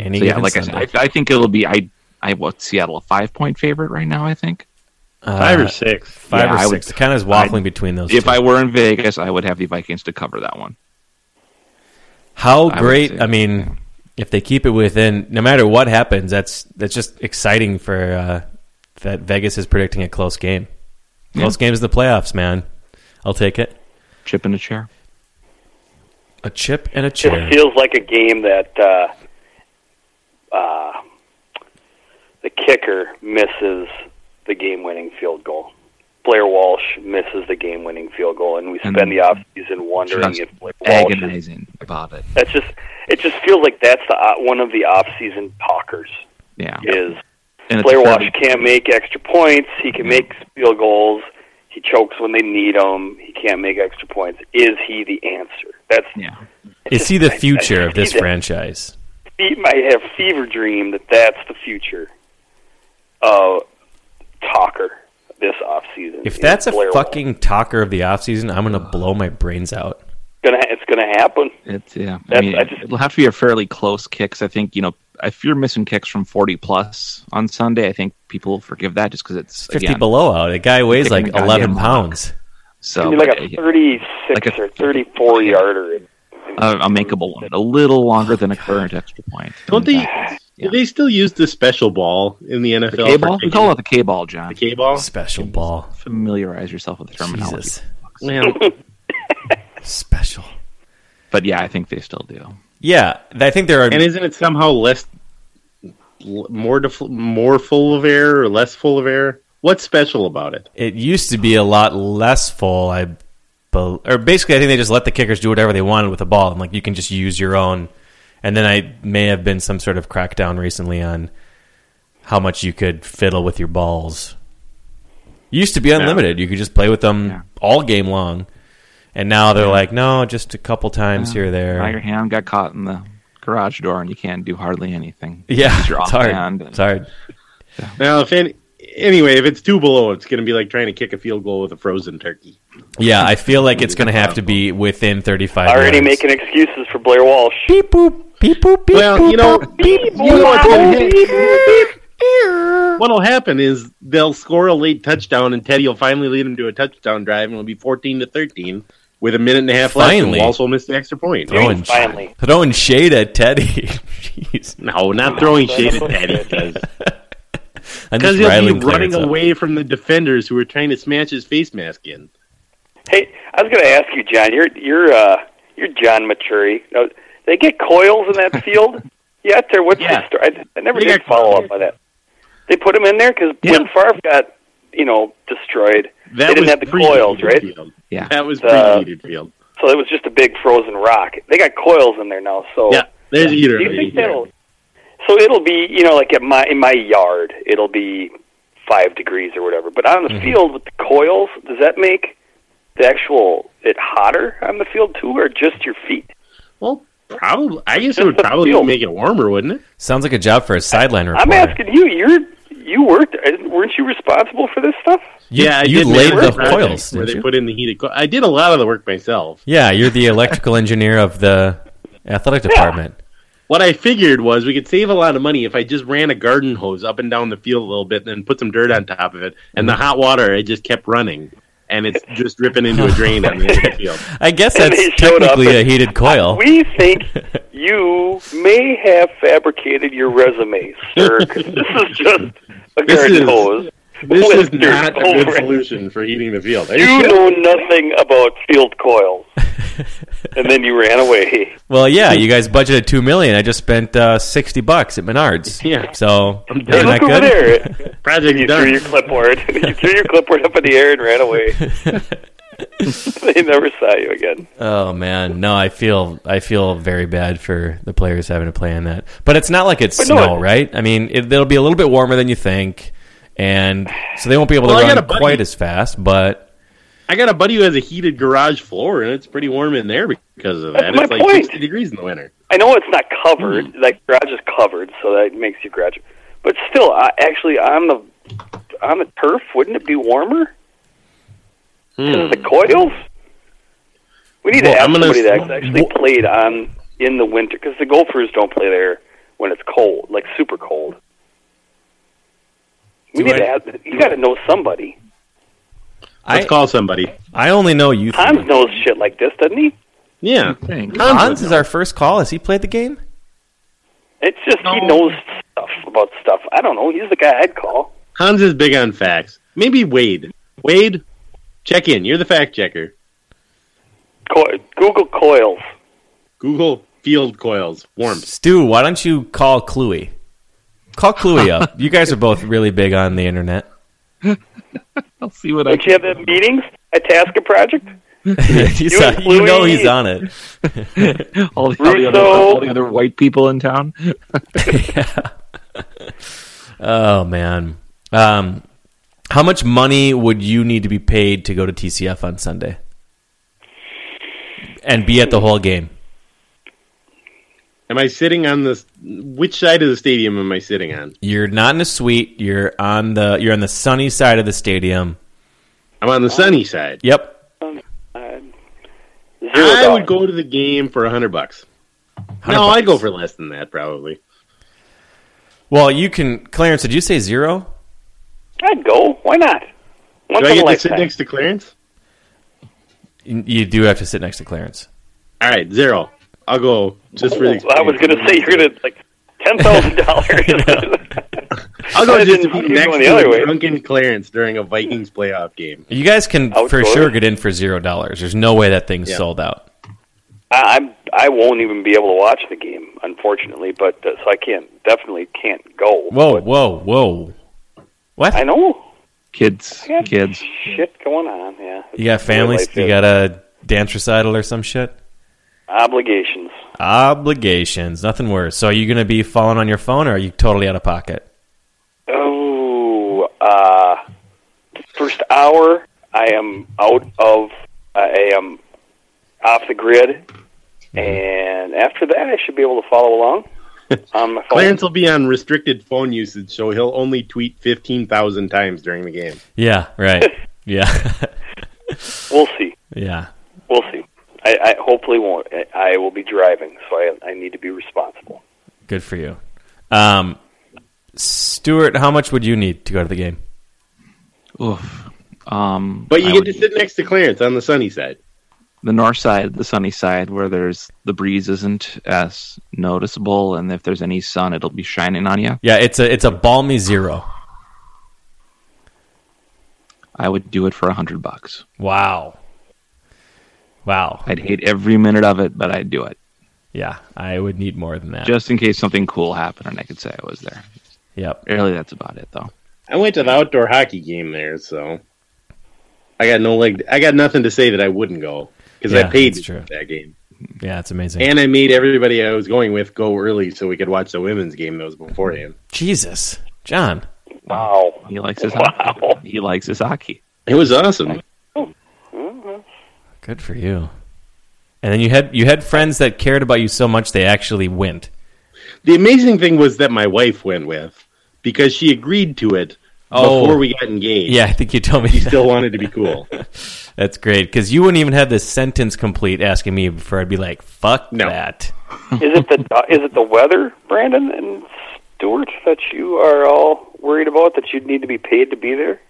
[SPEAKER 3] Any
[SPEAKER 5] So yeah,
[SPEAKER 3] given
[SPEAKER 5] like I
[SPEAKER 3] Sunday.
[SPEAKER 5] said, I, I think it'll be I. I what Seattle a five point favorite right now. I think.
[SPEAKER 4] Five or six.
[SPEAKER 3] five
[SPEAKER 5] Uh, Yeah,
[SPEAKER 3] or
[SPEAKER 5] I
[SPEAKER 3] six.
[SPEAKER 5] would-
[SPEAKER 3] It kind of is waffling between those.
[SPEAKER 5] if
[SPEAKER 3] two.
[SPEAKER 5] I were in Vegas, I would have the Vikings to cover that one.
[SPEAKER 3] how
[SPEAKER 5] would
[SPEAKER 3] great!
[SPEAKER 5] say-
[SPEAKER 3] I mean, if they keep it within, no matter what happens, that's that's just exciting for uh, that Vegas is predicting a close game. Close games in the playoffs, man. I'll take it.
[SPEAKER 5] Chip in a chair.
[SPEAKER 3] A chip and a chair.
[SPEAKER 6] It feels like a game that uh, uh, the kicker misses the game-winning field goal. Blair Walsh misses the game-winning field goal, and we
[SPEAKER 5] And
[SPEAKER 6] spend the offseason wondering
[SPEAKER 5] Just
[SPEAKER 6] if Blair Walsh. Is,
[SPEAKER 5] agonizing about it.
[SPEAKER 6] that's just it. Just feels like that's the, uh, one of the off-season talkers
[SPEAKER 5] Yeah.
[SPEAKER 6] is
[SPEAKER 5] And it's
[SPEAKER 6] Blair
[SPEAKER 5] a
[SPEAKER 6] Walsh
[SPEAKER 5] fairly-
[SPEAKER 6] can't make extra points. He can make field goals. He chokes when they need him. He can't make extra points. Is he the answer? That's
[SPEAKER 5] Yeah.
[SPEAKER 3] Is he the
[SPEAKER 6] I- I
[SPEAKER 3] future of
[SPEAKER 6] see
[SPEAKER 3] this
[SPEAKER 6] that.
[SPEAKER 3] franchise?
[SPEAKER 6] fe- I have fever dream that that's the future of Talker this off season.
[SPEAKER 3] If that's a fucking talker of the offseason, I'm going to blow my brains out.
[SPEAKER 6] gonna it's gonna happen.
[SPEAKER 5] It's yeah. I
[SPEAKER 6] That's-
[SPEAKER 5] mean,
[SPEAKER 6] I just-
[SPEAKER 5] it'll have to be a fairly close kicks. I think you know if you're missing kicks from 40 plus on Sunday, I think people will forgive that just because it's
[SPEAKER 3] 50
[SPEAKER 5] again,
[SPEAKER 3] below out. A guy weighs
[SPEAKER 5] Kicking
[SPEAKER 3] like
[SPEAKER 5] a goddamn
[SPEAKER 3] 11
[SPEAKER 5] rock.
[SPEAKER 3] pounds.
[SPEAKER 4] Oh,
[SPEAKER 5] So
[SPEAKER 6] It'll be like
[SPEAKER 5] but,
[SPEAKER 6] a
[SPEAKER 5] yeah,
[SPEAKER 6] thirty six
[SPEAKER 5] Like a-
[SPEAKER 6] or thirty four yarder.
[SPEAKER 5] a, a makeable one, a little longer than a current extra point.
[SPEAKER 4] Don't
[SPEAKER 5] And
[SPEAKER 4] they? Do they still use the special ball in the NFL?
[SPEAKER 5] The K ball.
[SPEAKER 4] for
[SPEAKER 5] We
[SPEAKER 4] kicking?
[SPEAKER 5] call it the K ball, John.
[SPEAKER 4] the K ball.
[SPEAKER 3] Special ball.
[SPEAKER 5] Familiarize yourself with the terminology.
[SPEAKER 3] Jesus.
[SPEAKER 4] Well,
[SPEAKER 3] Special.
[SPEAKER 5] But yeah, I think they still do.
[SPEAKER 3] Yeah. I think there are.
[SPEAKER 4] and isn't it somehow less, l- more def- more full of air or less full of air? What's special about it?
[SPEAKER 3] it used to be a lot less full. I, bel or basically, I think they just let the kickers do whatever they wanted with the ball, and like you can just use your own. And then I may have been some sort of crackdown recently on how much you could fiddle with your balls. It used to be unlimited; you could just play with them
[SPEAKER 5] Yeah.
[SPEAKER 3] all game long. And now they're like, no, just a couple times here or
[SPEAKER 5] Now your
[SPEAKER 3] there.
[SPEAKER 5] hand got caught in the garage door, and you can't do hardly anything.
[SPEAKER 3] Yeah,
[SPEAKER 5] Use your
[SPEAKER 3] it's
[SPEAKER 5] off
[SPEAKER 3] hard.
[SPEAKER 5] hand and-
[SPEAKER 3] It's hard.
[SPEAKER 4] Now, if any, anyway, if it's two below, it's going to be like trying to kick a field goal with a frozen turkey.
[SPEAKER 3] Yeah, I feel like it's going to have to be within thirty-five.
[SPEAKER 6] Already
[SPEAKER 3] yards.
[SPEAKER 6] making excuses for Blair Walsh.
[SPEAKER 3] beep boop beep boop beep.
[SPEAKER 4] Well, you know, you know what's gonna hap- What'll happen is they'll score a late touchdown, and Teddy will finally lead them to a touchdown drive, and it'll be fourteen to thirteen. with a minute and a half left, and
[SPEAKER 3] Finally.
[SPEAKER 4] Walsall missed the extra point.
[SPEAKER 3] Throwing,
[SPEAKER 6] Finally.
[SPEAKER 3] throwing shade at Teddy. Jeez.
[SPEAKER 4] No, not throwing shade at Eddie
[SPEAKER 3] I'm
[SPEAKER 4] because
[SPEAKER 3] just
[SPEAKER 4] he'll
[SPEAKER 3] riling
[SPEAKER 4] be running
[SPEAKER 3] Clarence up.
[SPEAKER 4] away from the defenders who are trying to smash his face mask in.
[SPEAKER 6] Hey, I was going to ask you, John. You're you're uh, you're John Maturi. Now, they get coils in that field. yeah, out there. What's
[SPEAKER 4] Yeah.
[SPEAKER 6] the story? I, I never
[SPEAKER 4] They
[SPEAKER 6] did
[SPEAKER 4] got
[SPEAKER 6] follow
[SPEAKER 4] coils.
[SPEAKER 6] up on that. They put him in there because
[SPEAKER 5] Yeah.
[SPEAKER 6] when Favre got you know destroyed,
[SPEAKER 4] That
[SPEAKER 6] they didn't
[SPEAKER 4] was
[SPEAKER 6] have the
[SPEAKER 4] pre-heated
[SPEAKER 6] coils, right?
[SPEAKER 4] Field.
[SPEAKER 5] Yeah.
[SPEAKER 4] that was
[SPEAKER 6] Uh,
[SPEAKER 4] pre-heated field.
[SPEAKER 6] So it was just a big frozen rock. They got coils in there now. So
[SPEAKER 4] Yeah, there's
[SPEAKER 6] Do
[SPEAKER 4] either.
[SPEAKER 6] you think that'll? So it'll be you know like at my in my yard it'll be five degrees or whatever. But on the
[SPEAKER 5] Mm-hmm.
[SPEAKER 6] field with the coils, does that make the actual it hotter on the field too, or just your feet?
[SPEAKER 4] Well, probably. I guess it would
[SPEAKER 6] Just the
[SPEAKER 4] probably
[SPEAKER 6] field.
[SPEAKER 4] make it warmer, wouldn't it?
[SPEAKER 3] Sounds like a job for a sideline reporter.
[SPEAKER 6] I'm asking you. You're you worked. Weren't you responsible for this stuff?
[SPEAKER 3] You,
[SPEAKER 4] yeah, I
[SPEAKER 3] you
[SPEAKER 4] did
[SPEAKER 3] laid
[SPEAKER 4] manage
[SPEAKER 3] the
[SPEAKER 4] a project
[SPEAKER 3] coils,
[SPEAKER 4] where
[SPEAKER 3] didn't
[SPEAKER 4] they
[SPEAKER 3] you?
[SPEAKER 4] put in the heated. Co- I did a lot of the work myself.
[SPEAKER 3] yeah, you're the electrical engineer of the athletic department.
[SPEAKER 4] What I figured was we could save a lot of money if I just ran a garden hose up and down the field a little bit, and then put some dirt on top of it, and
[SPEAKER 3] Mm-hmm.
[SPEAKER 4] the hot water it just kept running, and it's just dripping into a drain on the end of the field.
[SPEAKER 3] I guess
[SPEAKER 6] And
[SPEAKER 3] that's
[SPEAKER 6] they showed up
[SPEAKER 3] technically a
[SPEAKER 6] and-
[SPEAKER 3] heated coil.
[SPEAKER 6] We think you may have fabricated your resume, sir. 'cause this is just a
[SPEAKER 4] This
[SPEAKER 6] garden
[SPEAKER 4] is-
[SPEAKER 6] hose.
[SPEAKER 4] This is
[SPEAKER 6] with dirt
[SPEAKER 4] not a
[SPEAKER 6] over
[SPEAKER 4] good
[SPEAKER 6] it.
[SPEAKER 4] solution for heating the field. Are you
[SPEAKER 6] You
[SPEAKER 4] sure?
[SPEAKER 6] know nothing about field coils, and then you ran away.
[SPEAKER 3] Well, yeah, you guys budgeted two million. I just spent uh, sixty bucks at Menards.
[SPEAKER 4] Yeah.
[SPEAKER 3] So isn't
[SPEAKER 6] Hey,
[SPEAKER 4] done.
[SPEAKER 3] that
[SPEAKER 6] look over
[SPEAKER 3] good?
[SPEAKER 6] there!
[SPEAKER 4] Project
[SPEAKER 6] You
[SPEAKER 4] done.
[SPEAKER 6] threw your clipboard. you threw your clipboard up in the air and ran away. they never saw you again.
[SPEAKER 3] Oh man, no, I feel I feel very bad for the players having to play in that. But it's not like it's
[SPEAKER 6] But no,
[SPEAKER 3] snow,
[SPEAKER 6] it-
[SPEAKER 3] right? I mean, it, it'll be a little bit warmer than you think, and so they won't be able
[SPEAKER 4] Well, I
[SPEAKER 3] to
[SPEAKER 4] got
[SPEAKER 3] run
[SPEAKER 4] a buddy-
[SPEAKER 3] quite as fast. But
[SPEAKER 4] I got a buddy who has a heated garage floor, and it's pretty warm in there because of that.
[SPEAKER 6] That's my
[SPEAKER 4] it's like
[SPEAKER 6] point.
[SPEAKER 4] 60 degrees in the winter.
[SPEAKER 6] I know it's not covered. Like garage is covered, so that makes you garage. But still, I, actually, on the on the turf, wouldn't it be warmer? 'Cause of the coils. We need
[SPEAKER 4] Hmm. Well,
[SPEAKER 6] to have
[SPEAKER 4] I'm gonna-
[SPEAKER 6] somebody that's actually played on in the winter because the golfers don't play there when it's cold, like super cold. We
[SPEAKER 3] Do
[SPEAKER 6] need to
[SPEAKER 3] I-
[SPEAKER 6] have. You got to know somebody.
[SPEAKER 3] I
[SPEAKER 4] Let's call somebody.
[SPEAKER 3] I only know you. three.
[SPEAKER 6] Hans knows shit like this, doesn't he?
[SPEAKER 4] Yeah.
[SPEAKER 5] Thanks.
[SPEAKER 3] Hans is our first call. Has he played the game?
[SPEAKER 6] It's just he knows stuff about stuff. I don't know. He's the guy I'd call.
[SPEAKER 4] Hans is big on facts. Maybe Wade. Wade, check in. You're the fact checker.
[SPEAKER 6] Co- Google coils.
[SPEAKER 4] Google field coils, warmth.
[SPEAKER 3] Stu, why don't you call Cluey? Call Cluey up. You guys are both really big on the internet.
[SPEAKER 5] I'll see what I
[SPEAKER 6] Don't you have that meetings? A task a project?
[SPEAKER 3] He's
[SPEAKER 6] You
[SPEAKER 3] on-
[SPEAKER 6] and
[SPEAKER 3] you know
[SPEAKER 6] Cluey.
[SPEAKER 3] he's on it.
[SPEAKER 5] all the, all the other,
[SPEAKER 6] Russo.
[SPEAKER 5] all the other white people in town.
[SPEAKER 3] Oh man. Um, how much money would you need to be paid to go to TCF on Sunday and be at the whole game?
[SPEAKER 4] Am I sitting on this? Which side of the stadium am I sitting on?
[SPEAKER 3] You're not in a suite. You're on the you're on the sunny side of the stadium.
[SPEAKER 4] I'm on the sunny side.
[SPEAKER 3] Yep,
[SPEAKER 6] Zero
[SPEAKER 4] I
[SPEAKER 6] dollars.
[SPEAKER 4] would go to the game for a hundred bucks. No,
[SPEAKER 3] bucks.
[SPEAKER 4] I'd go for less than that probably.
[SPEAKER 3] Well, you can. Clarence, did you say zero?
[SPEAKER 6] I'd go. Why not? Once
[SPEAKER 4] Do I
[SPEAKER 6] in a
[SPEAKER 4] get to sit
[SPEAKER 6] lifetime.
[SPEAKER 4] next to Clarence?
[SPEAKER 3] You you do have to sit next to Clarence.
[SPEAKER 4] All right, zero. I'll go just for the.
[SPEAKER 6] Well, I was
[SPEAKER 4] experience.
[SPEAKER 6] gonna say you're gonna like ten thousand dollars.
[SPEAKER 4] I'll go
[SPEAKER 6] I
[SPEAKER 4] just to
[SPEAKER 6] didn't-
[SPEAKER 4] be
[SPEAKER 6] I was
[SPEAKER 4] next
[SPEAKER 6] going
[SPEAKER 4] to
[SPEAKER 6] the other
[SPEAKER 4] a
[SPEAKER 6] way.
[SPEAKER 4] drunken Clarence during a Vikings playoff game.
[SPEAKER 3] You guys can
[SPEAKER 6] Outdoor.
[SPEAKER 3] for sure get in for zero dollars. There's no way that thing's
[SPEAKER 4] Yeah.
[SPEAKER 3] sold out.
[SPEAKER 6] I, I'm I won't even be able to watch the game, unfortunately. But uh, so I can't definitely can't go.
[SPEAKER 3] Whoa, whoa, whoa! What?
[SPEAKER 6] I know.
[SPEAKER 5] Kids,
[SPEAKER 6] I got
[SPEAKER 5] kids.
[SPEAKER 6] Shit going on. Yeah.
[SPEAKER 3] You got families?
[SPEAKER 6] Life
[SPEAKER 3] You
[SPEAKER 6] is
[SPEAKER 3] got a dance recital or some shit?
[SPEAKER 6] obligations.
[SPEAKER 3] Obligations, nothing worse. So, are you going to be falling on your phone, or are you totally out of pocket?
[SPEAKER 6] Oh, uh, first hour, I am out of, I am off the grid, and after that, I should be able to follow along Um, on my phone.
[SPEAKER 4] Clarence will be on restricted phone usage, so he'll only tweet fifteen thousand times during the game.
[SPEAKER 3] Yeah, right. yeah,
[SPEAKER 6] We'll see.
[SPEAKER 3] yeah.
[SPEAKER 6] We'll see. I, I hopefully won't. I, I will be driving, so I, I need to be responsible.
[SPEAKER 3] Good for you, um, Stuart. How much would you need to go to the game?
[SPEAKER 5] Oof. Um,
[SPEAKER 4] But you
[SPEAKER 5] I
[SPEAKER 4] get
[SPEAKER 5] would-
[SPEAKER 4] to sit next to Clarence on the sunny side.
[SPEAKER 5] the north side, the sunny side, where there's the breeze isn't as noticeable, and if there's any sun, it'll be shining on you.
[SPEAKER 3] Yeah, it's a it's a balmy zero.
[SPEAKER 5] I would do it for a hundred bucks.
[SPEAKER 3] Wow. Wow.
[SPEAKER 5] I'd hate every minute of it, but I'd do it
[SPEAKER 3] Yeah, I would need more than that.
[SPEAKER 5] just in case something cool happened and I could say I was there.
[SPEAKER 3] yep.
[SPEAKER 5] Really, that's about it, though.
[SPEAKER 4] I went to the outdoor hockey game there, so I got no leg. I got nothing to say that I wouldn't go because
[SPEAKER 3] Yeah,
[SPEAKER 4] I paid
[SPEAKER 3] that's true.
[SPEAKER 4] for that game,
[SPEAKER 3] Yeah, it's amazing.
[SPEAKER 4] and I made everybody I was going with go early so we could watch the women's game that was beforehand.
[SPEAKER 3] Jesus, John.
[SPEAKER 6] Wow.
[SPEAKER 5] He likes his
[SPEAKER 6] Wow.
[SPEAKER 5] hockey. He likes his hockey.
[SPEAKER 4] It was awesome.
[SPEAKER 3] Good for you. And then you had you had friends that cared about you so much they actually went.
[SPEAKER 4] The amazing thing was that my wife went with because she agreed to it
[SPEAKER 3] Oh.
[SPEAKER 4] before we got engaged.
[SPEAKER 3] Yeah, I think you told me
[SPEAKER 4] She
[SPEAKER 3] that.
[SPEAKER 4] still wanted to be cool.
[SPEAKER 3] That's great because you wouldn't even have this sentence complete asking me before I'd be like, "Fuck
[SPEAKER 4] No.
[SPEAKER 3] that."
[SPEAKER 6] Is it the uh, is it the weather, Brandon and Stuart, that you are all worried about that you need to be paid to be there?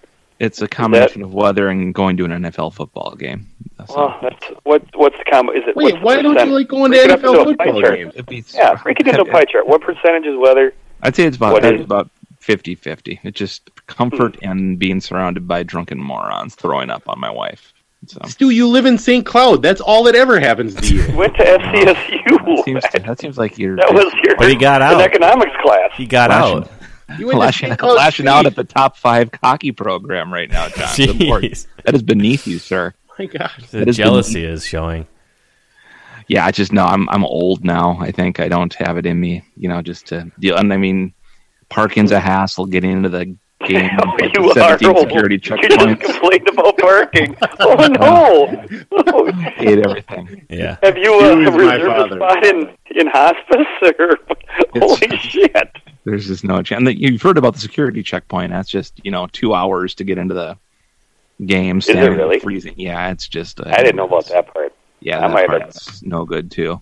[SPEAKER 5] It's a combination of weather and going to an NFL football game. So
[SPEAKER 6] Well, Oh, that's what what's the combo? Is it
[SPEAKER 4] Wait,
[SPEAKER 6] what's
[SPEAKER 4] why
[SPEAKER 6] the
[SPEAKER 4] don't
[SPEAKER 6] percent-
[SPEAKER 4] you like going to
[SPEAKER 6] Break it up
[SPEAKER 4] NFL
[SPEAKER 6] into a pie
[SPEAKER 4] football
[SPEAKER 6] chart.
[SPEAKER 4] games?
[SPEAKER 5] it'd be-
[SPEAKER 6] Yeah, break it into a pie chart. What percentage is weather?
[SPEAKER 5] I'd say it's about
[SPEAKER 6] What
[SPEAKER 5] that
[SPEAKER 6] is- Hmm.
[SPEAKER 5] is about 50-50. It's just comfort and being surrounded by drunken morons throwing up on my wife. So
[SPEAKER 4] Stu, you live in St. Cloud. That's all that ever happens to you.
[SPEAKER 6] Went to
[SPEAKER 5] that
[SPEAKER 6] SCSU.
[SPEAKER 5] seems to- that seems like you're
[SPEAKER 6] that was your
[SPEAKER 3] But he got
[SPEAKER 6] an
[SPEAKER 3] out.
[SPEAKER 6] economics class.
[SPEAKER 3] He got
[SPEAKER 5] lashing,
[SPEAKER 3] out.
[SPEAKER 4] You went to
[SPEAKER 5] lashing,
[SPEAKER 4] St.
[SPEAKER 5] out,
[SPEAKER 6] Oh,
[SPEAKER 4] Cloud
[SPEAKER 5] lashing out at
[SPEAKER 4] State.
[SPEAKER 5] the top five cocky program right now, John. Good
[SPEAKER 3] Jeez.
[SPEAKER 5] lord. That is beneath you, sir.
[SPEAKER 4] My God.
[SPEAKER 3] The
[SPEAKER 5] That is
[SPEAKER 3] jealousy is showing.
[SPEAKER 5] yeah, I just know I'm I'm old now. I think I don't have it in me, you know, just to deal. And I mean, parking's a hassle. Getting into the game, like,
[SPEAKER 6] you are
[SPEAKER 5] 17
[SPEAKER 6] old.
[SPEAKER 5] security
[SPEAKER 6] You just
[SPEAKER 5] checkpoints,
[SPEAKER 6] complained about parking. Oh no! Oh,
[SPEAKER 5] hate everything.
[SPEAKER 3] Yeah,
[SPEAKER 6] Have you
[SPEAKER 4] He
[SPEAKER 6] uh,
[SPEAKER 4] was my
[SPEAKER 6] reserved
[SPEAKER 4] father.
[SPEAKER 6] a spot in in hospice? Or holy shit!
[SPEAKER 5] There's just no chance. And the- You've heard about the security checkpoint. That's just you know two hours to get into the game.
[SPEAKER 6] it
[SPEAKER 5] standing in the
[SPEAKER 6] really?
[SPEAKER 5] freezing. Yeah, it's just. uh,
[SPEAKER 6] I didn't know about that part.
[SPEAKER 5] Yeah,
[SPEAKER 6] I
[SPEAKER 5] that
[SPEAKER 6] might have-
[SPEAKER 5] part's no good too.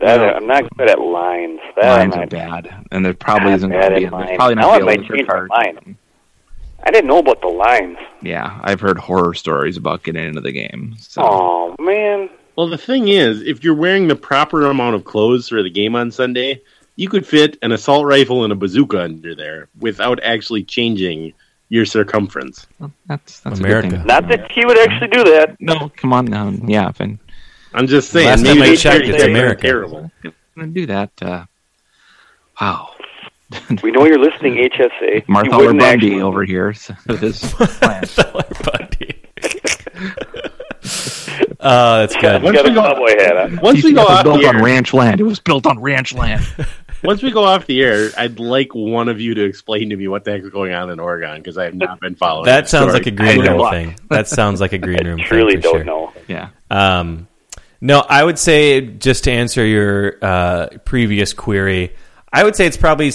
[SPEAKER 6] That, I'm not good at lines. That
[SPEAKER 5] Lines
[SPEAKER 6] I'm
[SPEAKER 5] are
[SPEAKER 6] not-
[SPEAKER 5] bad, and there probably
[SPEAKER 6] I'm
[SPEAKER 5] isn't
[SPEAKER 6] bad
[SPEAKER 5] going to be.
[SPEAKER 6] at
[SPEAKER 5] There's
[SPEAKER 6] mine.
[SPEAKER 5] probably
[SPEAKER 6] Now I
[SPEAKER 5] not going
[SPEAKER 6] might
[SPEAKER 5] to be a
[SPEAKER 6] change my
[SPEAKER 5] card.
[SPEAKER 6] mind. I didn't know about the lines.
[SPEAKER 5] Yeah, I've heard horror stories about getting into the game. So.
[SPEAKER 6] Oh man,
[SPEAKER 4] Well, the thing is, if you're wearing the proper amount of clothes for the game on Sunday, you could fit an assault rifle and a bazooka under there without actually changing your circumference.
[SPEAKER 5] That's that's
[SPEAKER 3] America.
[SPEAKER 5] A good thing.
[SPEAKER 6] not that he would actually do that.
[SPEAKER 5] No, come on now. Yeah, if I'm
[SPEAKER 4] I'm just saying.
[SPEAKER 3] Last
[SPEAKER 4] maybe
[SPEAKER 3] time I
[SPEAKER 4] they
[SPEAKER 3] checked,
[SPEAKER 4] treat
[SPEAKER 6] it's
[SPEAKER 4] that
[SPEAKER 3] America.
[SPEAKER 4] Terrible.
[SPEAKER 5] gonna do that. Uh, wow,
[SPEAKER 6] We know you're listening, HSA.
[SPEAKER 5] Martha
[SPEAKER 6] you
[SPEAKER 5] or
[SPEAKER 6] wouldn't
[SPEAKER 5] Bundy
[SPEAKER 6] actually-
[SPEAKER 5] over here so with his plan.
[SPEAKER 3] buddy. oh, that's
[SPEAKER 6] Got
[SPEAKER 3] good.
[SPEAKER 4] Once we
[SPEAKER 6] a
[SPEAKER 4] go-
[SPEAKER 6] cowboy hat on.
[SPEAKER 4] Once we
[SPEAKER 5] It
[SPEAKER 4] go
[SPEAKER 5] was
[SPEAKER 4] off
[SPEAKER 5] built
[SPEAKER 4] the
[SPEAKER 5] on
[SPEAKER 4] air,
[SPEAKER 5] ranch land. It was built on ranch land.
[SPEAKER 4] once we go off the air, I'd like one of you to explain to me what the heck is going on in Oregon because I have not been following.
[SPEAKER 3] That
[SPEAKER 4] it.
[SPEAKER 3] sounds
[SPEAKER 4] Sorry.
[SPEAKER 3] like a green
[SPEAKER 5] I know.
[SPEAKER 3] room thing. That sounds like a green room.
[SPEAKER 6] Truly
[SPEAKER 3] thing for
[SPEAKER 6] don't
[SPEAKER 3] sure.
[SPEAKER 6] know.
[SPEAKER 5] yeah,
[SPEAKER 3] Um, no, I would say just to answer your uh, previous query, I would say it's probably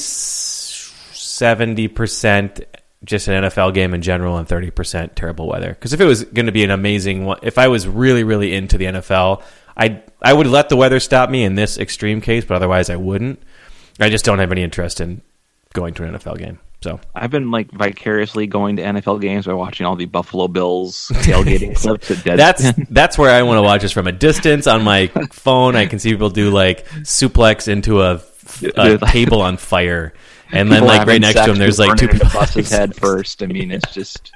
[SPEAKER 3] seventy percent just an NFL game in general and thirty percent terrible weather. Because if it was going to be an amazing one, if I was really really into the NFL, I I would let the weather stop me in this extreme case, but otherwise I wouldn't. I just don't have any interest in going to an NFL game. So
[SPEAKER 5] I've been like vicariously going to NFL games by watching all the Buffalo Bills tailgating clips at Dead.
[SPEAKER 3] that's that's where I want to watch this from a distance on my phone. I can see people do like suplex into a, a
[SPEAKER 5] Dude, like-
[SPEAKER 3] table on fire, and
[SPEAKER 5] People
[SPEAKER 3] then like right
[SPEAKER 5] having
[SPEAKER 3] next
[SPEAKER 5] sex,
[SPEAKER 3] to him, there's
[SPEAKER 5] people
[SPEAKER 3] like two
[SPEAKER 5] running into
[SPEAKER 3] people.
[SPEAKER 5] bus's head first. I mean, it's just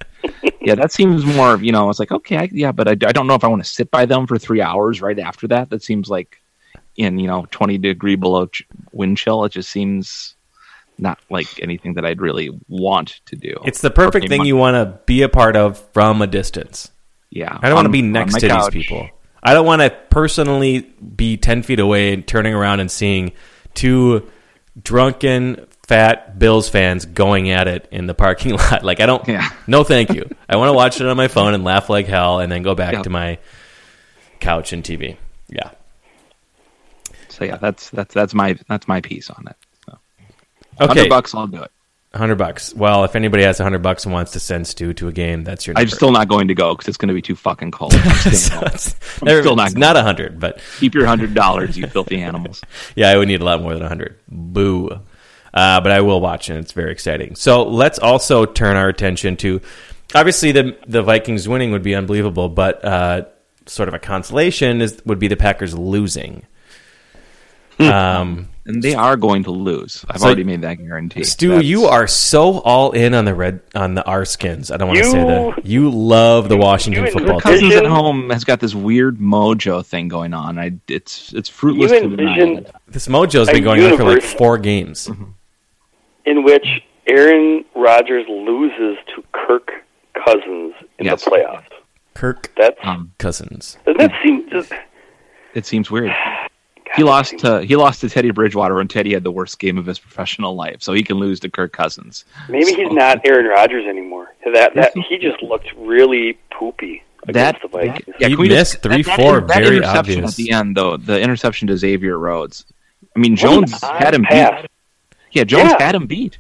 [SPEAKER 5] yeah, that seems more. You know, it's like okay, I, yeah, but I, I don't know if I want to sit by them for three hours right after that. That seems like in you know twenty degree below ch- wind chill. It just seems not like anything that I'd really want to do.
[SPEAKER 3] It's the perfect
[SPEAKER 5] Or
[SPEAKER 3] thing
[SPEAKER 5] my-
[SPEAKER 3] you want to be a part of from a distance.
[SPEAKER 5] yeah.
[SPEAKER 3] I don't want to
[SPEAKER 5] on-
[SPEAKER 3] be
[SPEAKER 5] on
[SPEAKER 3] next
[SPEAKER 5] my
[SPEAKER 3] to
[SPEAKER 5] couch.
[SPEAKER 3] these people. I don't want to personally be ten feet away and turning around and seeing two drunken fat Bills fans going at it in the parking lot. Like I don't.
[SPEAKER 5] Yeah.
[SPEAKER 3] No, thank you. I want to watch it on my phone and laugh like hell, and then go back
[SPEAKER 5] Yeah.
[SPEAKER 3] to my couch and TV. Yeah.
[SPEAKER 5] So yeah, that's that's that's my that's my piece on it. So,
[SPEAKER 3] Okay.
[SPEAKER 5] Hundred bucks, I'll do it.
[SPEAKER 3] Hundred bucks. Well, if anybody has hundred bucks and wants to send Stu to a game, that's your.
[SPEAKER 5] I'm
[SPEAKER 3] Number.
[SPEAKER 5] still not going to go because it's going to be too fucking cold. I'm staying home.
[SPEAKER 3] It's- there-
[SPEAKER 5] still not
[SPEAKER 3] it's not a hundred, but
[SPEAKER 5] Keep your hundred dollars, you filthy animals.
[SPEAKER 3] yeah, I would need a lot more than 100. Boo. Uh, but I will watch, and it's very exciting. So let's also turn our attention to obviously the the Vikings winning would be unbelievable, but uh, sort of a consolation is would be the Packers losing. Um,
[SPEAKER 5] and they are going to lose. I've
[SPEAKER 3] So-
[SPEAKER 5] already made that guarantee.
[SPEAKER 3] Stu,
[SPEAKER 5] That's-
[SPEAKER 3] you are so all in on the red on the R skins. I don't want to
[SPEAKER 6] You-
[SPEAKER 3] say that you love the Washington
[SPEAKER 6] you and
[SPEAKER 3] football
[SPEAKER 6] Kirk
[SPEAKER 3] team.
[SPEAKER 5] Cousins at
[SPEAKER 6] Vision-
[SPEAKER 5] home has got this weird mojo thing going on. I it's it's
[SPEAKER 6] You
[SPEAKER 5] fruitless to deny.
[SPEAKER 6] envision
[SPEAKER 3] This mojo's been
[SPEAKER 6] a
[SPEAKER 3] going on for like
[SPEAKER 6] universe-
[SPEAKER 3] four games.
[SPEAKER 6] in which Aaron Rodgers loses to Kirk Cousins in
[SPEAKER 5] Yes.
[SPEAKER 6] the playoffs.
[SPEAKER 3] Kirk
[SPEAKER 6] That's
[SPEAKER 5] Um,
[SPEAKER 3] Cousins.
[SPEAKER 6] doesn't that seem just,
[SPEAKER 5] it seems weird. He lost to he lost to Teddy Bridgewater when Teddy had the worst game of his professional life, so he can lose to Kirk Cousins.
[SPEAKER 6] maybe he's not Aaron Rodgers anymore. That that he just looked really poopy
[SPEAKER 5] That,
[SPEAKER 6] against the Vikings.
[SPEAKER 3] He
[SPEAKER 5] can we
[SPEAKER 3] missed
[SPEAKER 5] just-
[SPEAKER 3] three,
[SPEAKER 5] that- that-
[SPEAKER 3] four,
[SPEAKER 5] That
[SPEAKER 3] very
[SPEAKER 5] interception
[SPEAKER 3] obvious.
[SPEAKER 5] at the end, though, the interception to Xavier Rhodes. I mean,
[SPEAKER 6] What an
[SPEAKER 5] Jones
[SPEAKER 6] odd
[SPEAKER 5] had him
[SPEAKER 6] pass.
[SPEAKER 5] beat. Yeah, Jones
[SPEAKER 6] Yeah.
[SPEAKER 5] had him beat,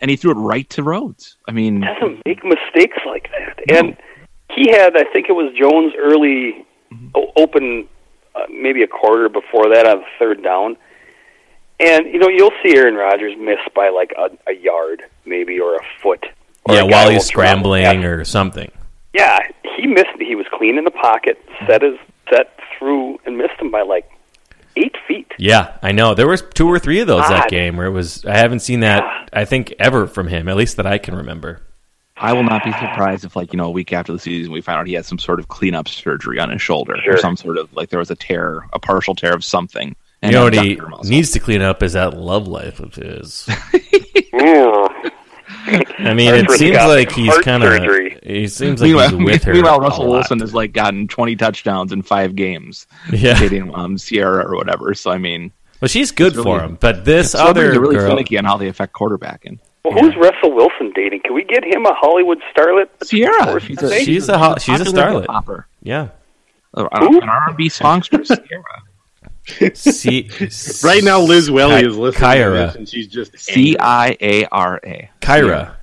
[SPEAKER 5] and he threw it right to Rhodes. I mean,
[SPEAKER 6] doesn't make mistakes like that. And he had, I think it was Jones' early
[SPEAKER 5] Mm-hmm.
[SPEAKER 6] o- open, uh, maybe a quarter before that on third down. And you know, you'll see Aaron Rodgers miss by like a, a yard, maybe, or a foot. Or
[SPEAKER 3] Yeah,
[SPEAKER 6] a guy
[SPEAKER 3] while
[SPEAKER 6] will
[SPEAKER 3] he's
[SPEAKER 6] drop a pass.
[SPEAKER 3] scrambling or something.
[SPEAKER 6] yeah, he missed. He was clean in the pocket, set his set through, and missed him by like eight feet.
[SPEAKER 3] Yeah, I know. There was two or three of those that
[SPEAKER 6] God.
[SPEAKER 3] game where it was. I haven't seen that. I think ever from him, at least that I can remember.
[SPEAKER 5] I will not be surprised if, like, you know, a week after the season, we found out he had some sort of cleanup surgery on his shoulder
[SPEAKER 6] Sure.
[SPEAKER 5] or some sort of, like, there was a tear, a partial tear of something.
[SPEAKER 3] You know what he
[SPEAKER 5] abductor muscle.
[SPEAKER 3] needs to clean up is that love life of his.
[SPEAKER 6] Mm.
[SPEAKER 3] I mean, it
[SPEAKER 6] Arthroscopic
[SPEAKER 3] seems like he's
[SPEAKER 6] heart
[SPEAKER 3] kind of.
[SPEAKER 6] surgery.
[SPEAKER 3] He seems like
[SPEAKER 5] Meanwhile,
[SPEAKER 3] he's with her.
[SPEAKER 5] meanwhile,
[SPEAKER 3] a
[SPEAKER 5] Russell
[SPEAKER 3] lot.
[SPEAKER 5] Wilson has, like, gotten 20 touchdowns in five games,
[SPEAKER 3] Yeah,
[SPEAKER 5] hitting um, Sierra or whatever. So, I mean,
[SPEAKER 3] well, she's good
[SPEAKER 5] It's
[SPEAKER 3] for
[SPEAKER 5] really-
[SPEAKER 3] him, but this
[SPEAKER 5] so
[SPEAKER 3] other
[SPEAKER 5] they're really
[SPEAKER 3] girl,
[SPEAKER 5] finicky on how they affect quarterbacking.
[SPEAKER 6] Well, who's Russell Wilson dating? Can we get him a Hollywood starlet?
[SPEAKER 5] Sierra,
[SPEAKER 6] Or
[SPEAKER 5] she's
[SPEAKER 6] something?
[SPEAKER 5] a,
[SPEAKER 3] She's a ho- she's a
[SPEAKER 5] popular hip
[SPEAKER 3] starlet.
[SPEAKER 5] hopper.
[SPEAKER 3] yeah.
[SPEAKER 5] Uh, An R&B songstress, Sierra.
[SPEAKER 3] See,
[SPEAKER 4] Right now, Liz Welly
[SPEAKER 3] Ky-
[SPEAKER 4] is listening
[SPEAKER 3] Kyra. Eh,
[SPEAKER 4] to this, and she's just
[SPEAKER 5] C I A R A.
[SPEAKER 3] Kyra.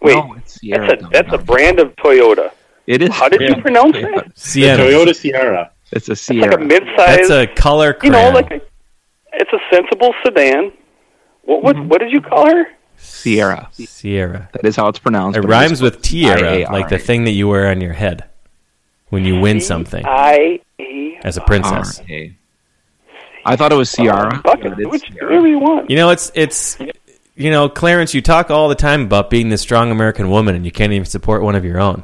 [SPEAKER 6] Wait,
[SPEAKER 5] No, Oh, it's Sierra.
[SPEAKER 6] that's a
[SPEAKER 5] dumb
[SPEAKER 6] that's a
[SPEAKER 5] dumb.
[SPEAKER 6] brand of Toyota.
[SPEAKER 5] It is.
[SPEAKER 6] How did you
[SPEAKER 5] Sierra.
[SPEAKER 6] pronounce that?
[SPEAKER 3] Sienna.
[SPEAKER 4] Toyota Sierra.
[SPEAKER 5] It's a
[SPEAKER 6] It's
[SPEAKER 5] Sierra.
[SPEAKER 6] like a mid-size,
[SPEAKER 3] That's a color
[SPEAKER 6] you
[SPEAKER 3] crayon.
[SPEAKER 6] know, like a, it's a sensible sedan. What what what did you call her?
[SPEAKER 5] Sierra.
[SPEAKER 3] Sierra.
[SPEAKER 5] Mm-hmm. That is how it's pronounced.
[SPEAKER 3] It
[SPEAKER 5] but
[SPEAKER 3] rhymes
[SPEAKER 5] is-
[SPEAKER 3] with tiara,
[SPEAKER 5] I-A-R-A.
[SPEAKER 3] like the thing that you wear on your head when you win something
[SPEAKER 6] I E.
[SPEAKER 3] as a princess.
[SPEAKER 5] R-A. I thought it was Ciara.
[SPEAKER 6] Fuck
[SPEAKER 5] but
[SPEAKER 6] it.
[SPEAKER 5] it's
[SPEAKER 6] Which
[SPEAKER 5] Sierra.
[SPEAKER 6] really want?
[SPEAKER 3] You know, it's it's you know, Clarence, you talk all the time about being this strong American woman and you can't even support one of your own.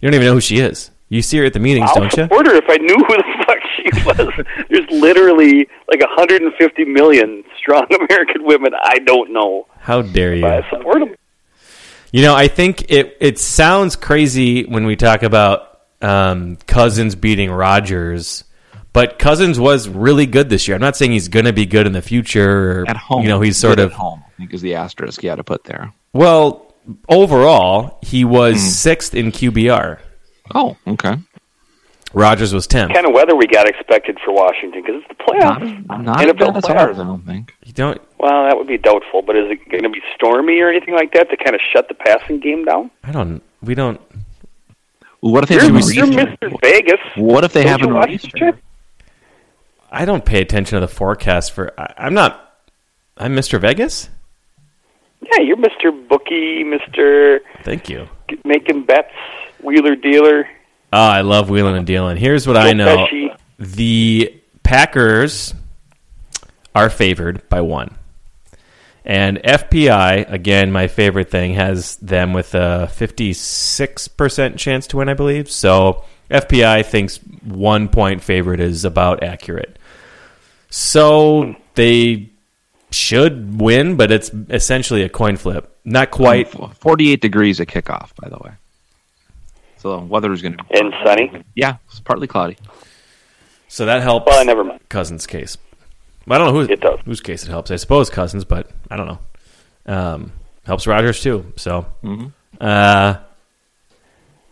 [SPEAKER 3] You don't even know who she is. You see her at the meetings,
[SPEAKER 6] I'll
[SPEAKER 3] don't you?
[SPEAKER 6] support her if I knew who the fuck she was. There's literally like 150 million strong American women I don't know.
[SPEAKER 3] How dare you?
[SPEAKER 6] But I support them.
[SPEAKER 3] You know, I think it it sounds crazy when we talk about um, Cousins beating Rodgers, but Cousins was really good this year. I'm not saying he's going to be good in the future. Or,
[SPEAKER 5] At home.
[SPEAKER 3] you know, he's sort
[SPEAKER 5] Good
[SPEAKER 3] of
[SPEAKER 5] At home, I think, is the asterisk you had to put there.
[SPEAKER 3] well overall. He was sixth in QBR.
[SPEAKER 5] Oh, okay.
[SPEAKER 3] Rodgers was tenth.
[SPEAKER 6] Kind of weather we got expected for Washington because it's the
[SPEAKER 5] Not,
[SPEAKER 6] playoffs.
[SPEAKER 5] not as bad as
[SPEAKER 6] playoffs.
[SPEAKER 5] ours, I don't think.
[SPEAKER 3] You don't.
[SPEAKER 6] Well, that would be doubtful, but is it going to be stormy or anything like that to kind of shut the passing game down?
[SPEAKER 3] I don't. We don't.
[SPEAKER 5] What if they
[SPEAKER 6] You're,
[SPEAKER 5] have a
[SPEAKER 6] you're
[SPEAKER 5] nor'easter?
[SPEAKER 6] Mr. Vegas.
[SPEAKER 5] What if they
[SPEAKER 6] Don't
[SPEAKER 5] have
[SPEAKER 6] you
[SPEAKER 5] a
[SPEAKER 6] watch
[SPEAKER 5] nor'easter?
[SPEAKER 6] the
[SPEAKER 3] I don't pay attention to the forecast for. I, I'm not. I'm Mr. Vegas.
[SPEAKER 6] Yeah, you're Mr. Bookie, Mr.
[SPEAKER 3] Thank you.
[SPEAKER 6] Making Bets, Wheeler Dealer.
[SPEAKER 3] Oh, I love wheeling and dealing. Here's what I
[SPEAKER 6] Joe
[SPEAKER 3] know.
[SPEAKER 6] Pesci.
[SPEAKER 3] the Packers are favored by one. And FPI, again, my favorite thing, has them with a 56% chance to win, I believe. So FPI thinks one point favorite is about accurate. So they should win, but it's essentially a coin flip. Not quite.
[SPEAKER 5] F- 48 degrees at kickoff, by the way. So the weather is going to be.
[SPEAKER 6] And Sonny.
[SPEAKER 5] Yeah, it's partly cloudy.
[SPEAKER 3] So that helps.
[SPEAKER 6] Well, never mind.
[SPEAKER 3] Cousins' case. I don't know who
[SPEAKER 6] It does.
[SPEAKER 3] whose case it helps. I suppose Cousins, but I don't know. Um, helps Rogers too. So
[SPEAKER 5] Mm-hmm.
[SPEAKER 3] uh,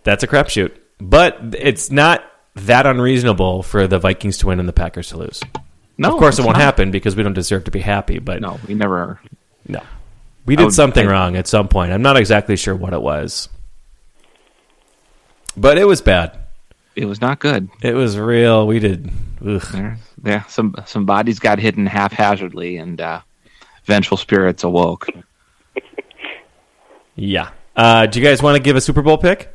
[SPEAKER 3] that's a crapshoot. But it's not that unreasonable for the Vikings to win and the Packers to lose.
[SPEAKER 5] No,
[SPEAKER 3] of course, it
[SPEAKER 5] it's
[SPEAKER 3] won't
[SPEAKER 5] not.
[SPEAKER 3] happen because we don't deserve to be happy. But
[SPEAKER 5] No, we never are.
[SPEAKER 3] no. we
[SPEAKER 5] I
[SPEAKER 3] did
[SPEAKER 5] would-
[SPEAKER 3] something
[SPEAKER 5] I-
[SPEAKER 3] wrong at some point. I'm not exactly sure what it was, but it was bad.
[SPEAKER 5] It was not good.
[SPEAKER 3] It was real. We did. Ugh.
[SPEAKER 5] There, yeah, some some bodies got hidden haphazardly, and uh, vengeful spirits awoke.
[SPEAKER 3] Yeah. Uh, do you guys want to give a Super Bowl pick?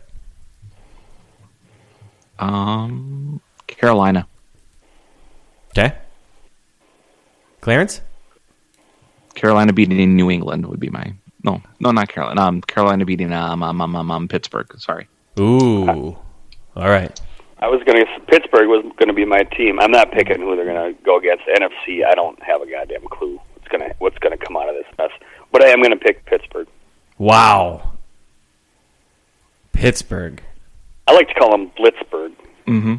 [SPEAKER 5] Um, Carolina.
[SPEAKER 3] Okay. Clarence?
[SPEAKER 5] Carolina beating New England would be my no, no, not Carolina. Um, Carolina beating um, um, um, um, um Pittsburgh. Sorry.
[SPEAKER 3] Ooh. All right.
[SPEAKER 6] I was going to Pittsburgh was going to be my team. I'm not picking who they're going to go against. NFC, I don't have a goddamn clue what's going to what's going to come out of this mess. But I am going to pick Pittsburgh.
[SPEAKER 3] Wow. Pittsburgh.
[SPEAKER 6] I like to call them Blitzburg.
[SPEAKER 5] Mm-hmm.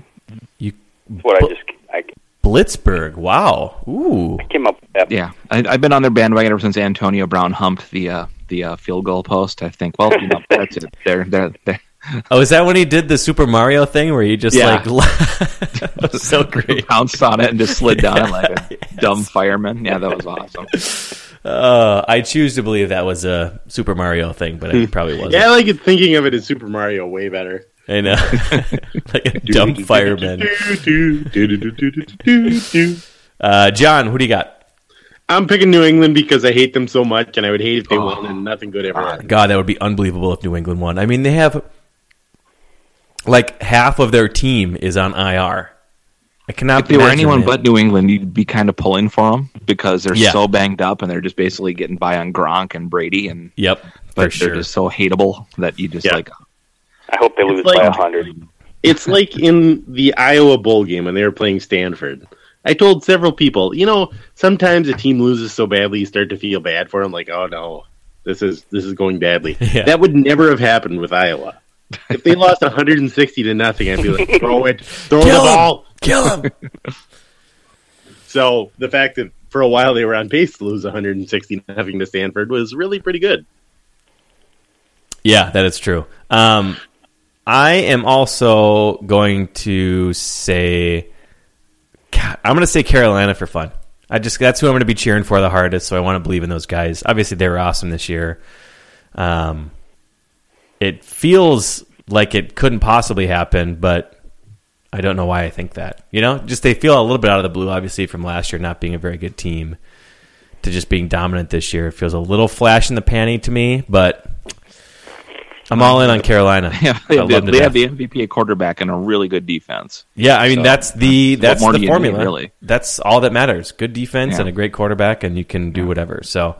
[SPEAKER 3] You
[SPEAKER 6] That's what I just I
[SPEAKER 3] Blitzburg. Wow. Ooh.
[SPEAKER 6] came up with that.
[SPEAKER 5] Yeah, I, I've been on their bandwagon ever since Antonio Brown humped the uh, the uh, field goal post. I think. Well, you know, that's it. They're they're, they're
[SPEAKER 3] Oh, is that when he did the Super Mario thing where he just
[SPEAKER 5] Yeah.
[SPEAKER 3] like That was so great.
[SPEAKER 5] pounced on it and just slid down it like a dumb fireman. Yeah, that was awesome.
[SPEAKER 3] Uh, I choose to believe that was a Super Mario thing, but it probably wasn't.
[SPEAKER 4] Yeah, I like it, thinking of it as Super Mario way better.
[SPEAKER 3] I know, like a dumb fireman. Uh, John, who do you got?
[SPEAKER 4] I'm picking New England because I hate them so much, and I would hate if they
[SPEAKER 5] Oh.
[SPEAKER 4] won and nothing good
[SPEAKER 5] Ah,
[SPEAKER 4] ever happened.
[SPEAKER 3] God, that would be unbelievable if New England won. I mean, they have like half of their team is on IR. I cannot.
[SPEAKER 5] If they were
[SPEAKER 3] imagine
[SPEAKER 5] anyone
[SPEAKER 3] it.
[SPEAKER 5] but New England, you'd be kind of pulling for them because they're
[SPEAKER 3] Yeah.
[SPEAKER 5] so banged up and they're just basically getting by on Gronk and Brady, and
[SPEAKER 3] Yep,
[SPEAKER 5] but
[SPEAKER 3] for
[SPEAKER 5] they're
[SPEAKER 3] sure.
[SPEAKER 5] just so hateable that you just
[SPEAKER 4] Yeah.
[SPEAKER 5] like
[SPEAKER 6] I hope they lose
[SPEAKER 4] like-
[SPEAKER 6] by a hundred.
[SPEAKER 4] It's like in the Iowa bowl game when they were playing Stanford. I told several people, you know, sometimes a team loses so badly, you start to feel bad for them. Like, oh no, this is this is going badly.
[SPEAKER 3] Yeah.
[SPEAKER 4] That would never have happened with Iowa. If they lost 160 to nothing, I'd be like, throw it, throw
[SPEAKER 3] Kill
[SPEAKER 4] the
[SPEAKER 3] 'em!
[SPEAKER 4] ball.
[SPEAKER 3] Kill him.
[SPEAKER 4] So the fact that for a while they were on pace to lose 160 nothing to Stanford was really pretty good.
[SPEAKER 3] Yeah, that is true. Um, I am also going to say, God, I'm going to say Carolina for fun. I just that's who I'm going to be cheering for the hardest. So I want to believe in those guys. Obviously, they were awesome this year. Um, it feels like it couldn't possibly happen, but I don't know why I think that. You know, just they feel a little bit out of the blue, obviously, from last year not being a very good team to just being dominant this year. It feels a little flash in the panty to me, but I'm all in on Carolina.
[SPEAKER 5] Yeah, they,
[SPEAKER 3] I love
[SPEAKER 5] have, the,
[SPEAKER 3] to
[SPEAKER 5] they
[SPEAKER 3] death.
[SPEAKER 5] have the MVP at quarterback and a really good defense.
[SPEAKER 3] Yeah, I mean
[SPEAKER 5] So,
[SPEAKER 3] that's the
[SPEAKER 5] what
[SPEAKER 3] that's
[SPEAKER 5] more do
[SPEAKER 3] the
[SPEAKER 5] you need,
[SPEAKER 3] formula.
[SPEAKER 5] really?
[SPEAKER 3] That's all that matters. Good defense
[SPEAKER 5] Yeah.
[SPEAKER 3] and a great quarterback, and you can do whatever. So,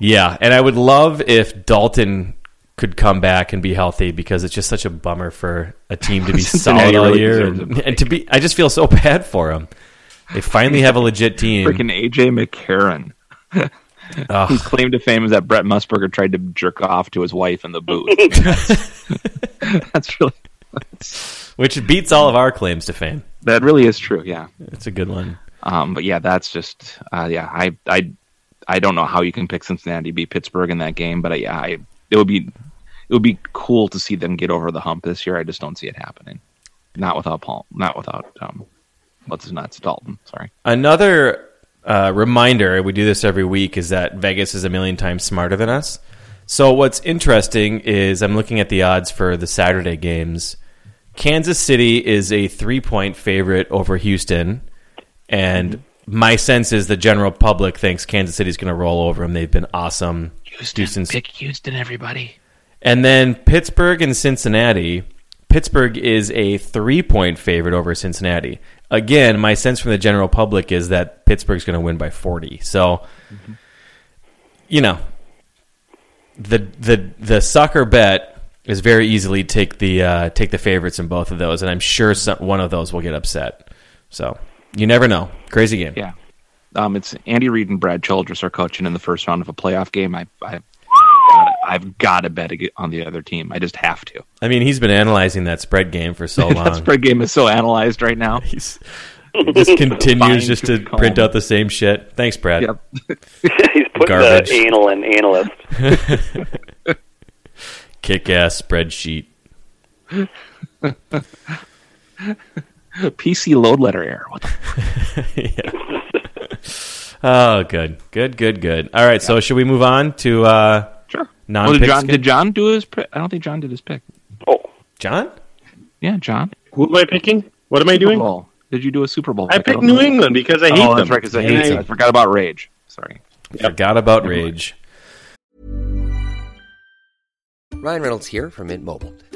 [SPEAKER 3] yeah, and I would love if Dalton could come back and be healthy because it's just such a bummer for a team to be
[SPEAKER 5] Cincinnati
[SPEAKER 3] solid all
[SPEAKER 5] really
[SPEAKER 3] year
[SPEAKER 5] deserves a
[SPEAKER 3] and,
[SPEAKER 5] break.
[SPEAKER 3] and to be. I just feel so bad for him. They finally have a legit team.
[SPEAKER 5] Freaking AJ McCarron, whose claim to fame is that Brett Musburger tried to jerk off to his wife in the booth. that's really
[SPEAKER 3] which beats all of our claims to fame.
[SPEAKER 5] that really is true. Yeah,
[SPEAKER 3] It's a good one.
[SPEAKER 5] um, but yeah, that's just uh, yeah. I I I don't know how you can pick Cincinnati to beat Pittsburgh in that game, but I, yeah, I it would be it would be cool to see them get over the hump this year. I just don't see it happening. Not without Paul. Not without um, what's his nuts Dalton. Sorry.
[SPEAKER 3] Another uh, reminder, we do this every week, is that Vegas is a million times smarter than us. So what's interesting is I'm looking at the odds for the Saturday games. Kansas City is a three point favorite over Houston, and my sense is the general public thinks Kansas City's going to roll over them. They've been awesome. Houston's
[SPEAKER 5] Pick Houston, everybody.
[SPEAKER 3] and then Pittsburgh and Cincinnati. Pittsburgh is a three point favorite over Cincinnati. Again, my sense from the general public is that Pittsburgh's going to win by 40. So, you know, the, the, the sucker bet is very easily take the, uh, take the favorites in both of those. And I'm sure some, one of those will get upset. So, you never know. Crazy game.
[SPEAKER 5] Yeah. Um, it's Andy Reid and Brad Childress are coaching in the first round of a playoff game. I, I I've got to bet ag- on the other team. I just have to.
[SPEAKER 3] I mean, he's been analyzing that spread game for so long.
[SPEAKER 4] Uh,
[SPEAKER 5] That spread game is so analyzed right now.
[SPEAKER 3] He's, he just
[SPEAKER 5] Fine
[SPEAKER 3] continues just to
[SPEAKER 5] tooth comb.
[SPEAKER 3] print out the same shit. Thanks, Brad.
[SPEAKER 5] Yep.
[SPEAKER 6] He's putting
[SPEAKER 3] Garbage.
[SPEAKER 6] the anal in analyst.
[SPEAKER 3] Kick ass spreadsheet.
[SPEAKER 5] PC load letter error. What the
[SPEAKER 3] Oh, good, good, good, good. All right, so should we move on to uh,
[SPEAKER 5] Sure.
[SPEAKER 3] Non-
[SPEAKER 5] Well, Oh, did
[SPEAKER 3] pick
[SPEAKER 5] John
[SPEAKER 3] skip?
[SPEAKER 5] did John do his? Pick? I don't think John did his pick.
[SPEAKER 6] Oh,
[SPEAKER 3] John?
[SPEAKER 5] Yeah, John.
[SPEAKER 4] Who am I picking? What am I
[SPEAKER 5] Super
[SPEAKER 4] doing?
[SPEAKER 5] Bowl. Did you do a Super Bowl?
[SPEAKER 4] I
[SPEAKER 5] pick?
[SPEAKER 4] picked
[SPEAKER 5] don't
[SPEAKER 4] New
[SPEAKER 5] know.
[SPEAKER 4] England because I hate
[SPEAKER 5] Oh,
[SPEAKER 4] them.
[SPEAKER 5] that's right. Because I
[SPEAKER 4] And
[SPEAKER 5] hate. I forgot about Rage. Sorry.
[SPEAKER 3] Forgot about rage.
[SPEAKER 7] Ryan Reynolds here from Mint Mobile.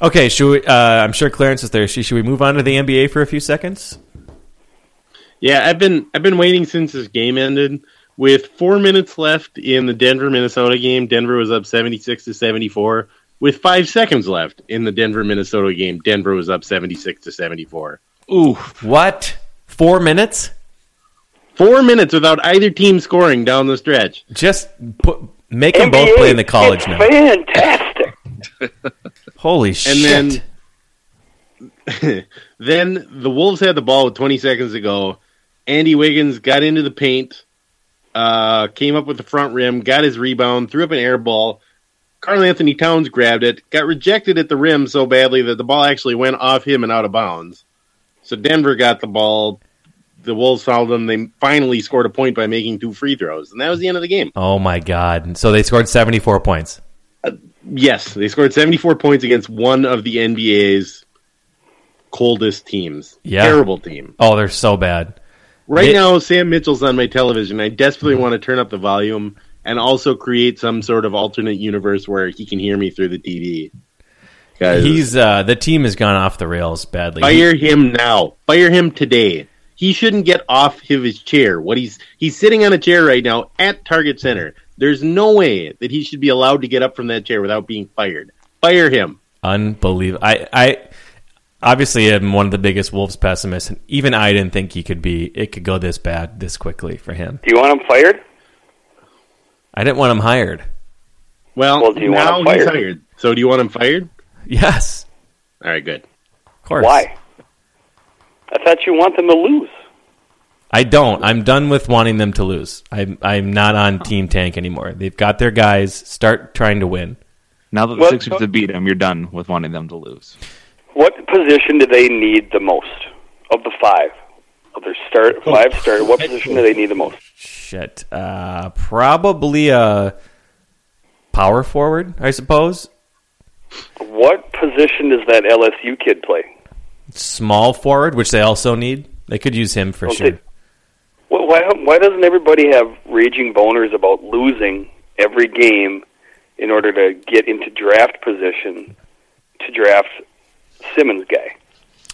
[SPEAKER 3] Okay, should we, uh, I'm sure Clarence is there. Should should we move on to the NBA for a few seconds?
[SPEAKER 4] Yeah, I've been I've been waiting since this game ended. With four minutes left in the Denver Minnesota game, Denver was up seventy six to seventy four. With five seconds left in the Denver Minnesota game, Denver was up seventy six to seventy four.
[SPEAKER 3] Ooh, what? Four minutes?
[SPEAKER 4] Four minutes without either team scoring down the stretch.
[SPEAKER 3] Just put, make them both play in the college
[SPEAKER 6] it's
[SPEAKER 3] now.
[SPEAKER 6] Fantastic.
[SPEAKER 3] Holy shit!
[SPEAKER 4] then- Then the Wolves had the ball with 20 seconds to go. Andy Wiggins got into the paint, uh, came up with the front rim, got his rebound, threw up an air ball. Carl Anthony Towns grabbed it, got rejected at the rim so badly that the ball actually went off him and out of bounds. So Denver got the ball. The Wolves fouled them. They finally scored a point by making two free throws, and that was the end of the game.
[SPEAKER 3] oh my god! So they scored 74 points.
[SPEAKER 4] Yes, they scored 74 points against one of the NBA's coldest teams.
[SPEAKER 3] Yeah.
[SPEAKER 4] Terrible team.
[SPEAKER 3] Oh, they're so bad.
[SPEAKER 4] Right
[SPEAKER 3] They-
[SPEAKER 4] now, Sam Mitchell's on my television. I desperately
[SPEAKER 3] Mm-hmm.
[SPEAKER 4] want to turn up the volume and also create some sort of alternate universe where he can hear me through the TV. Guys,
[SPEAKER 3] He's uh, the team has gone off the rails badly.
[SPEAKER 4] fire him now. Fire him today. He shouldn't get off of his chair. What he's he's sitting on a chair right now at Target Center. There's no way that he should be allowed to get up from that chair without being fired. Fire him.
[SPEAKER 3] Unbelievable. I, I obviously am one of the biggest Wolves pessimists, and even I didn't think he could be. It could go this bad this quickly for him.
[SPEAKER 6] Do you want him fired?
[SPEAKER 3] I didn't want him hired.
[SPEAKER 4] Well,
[SPEAKER 6] Well, do you want
[SPEAKER 4] now
[SPEAKER 6] him
[SPEAKER 4] he's
[SPEAKER 6] fired?
[SPEAKER 4] hired. So do you want him fired?
[SPEAKER 3] Yes,
[SPEAKER 4] All right, good.
[SPEAKER 3] of course.
[SPEAKER 6] Why? I thought you want them to lose.
[SPEAKER 3] I don't. I'm done with wanting them to lose. I'm I'm not on Team Tank anymore. They've got their guys. Start trying to win.
[SPEAKER 5] Now that the
[SPEAKER 6] Well,
[SPEAKER 5] Sixers
[SPEAKER 6] so-
[SPEAKER 5] have beat them, you're done with wanting them to lose.
[SPEAKER 6] What position do they need the most of the five? Of their start five starter, what position do they need the most?
[SPEAKER 3] Shit. Uh, probably a power forward, I suppose.
[SPEAKER 6] What position does that LSU kid play?
[SPEAKER 3] Small forward, which they also need. They could use him for
[SPEAKER 6] Don't
[SPEAKER 3] sure.
[SPEAKER 6] they- Well, why, why doesn't everybody have raging boners about losing every game in order to get into draft position to draft Simmons guy?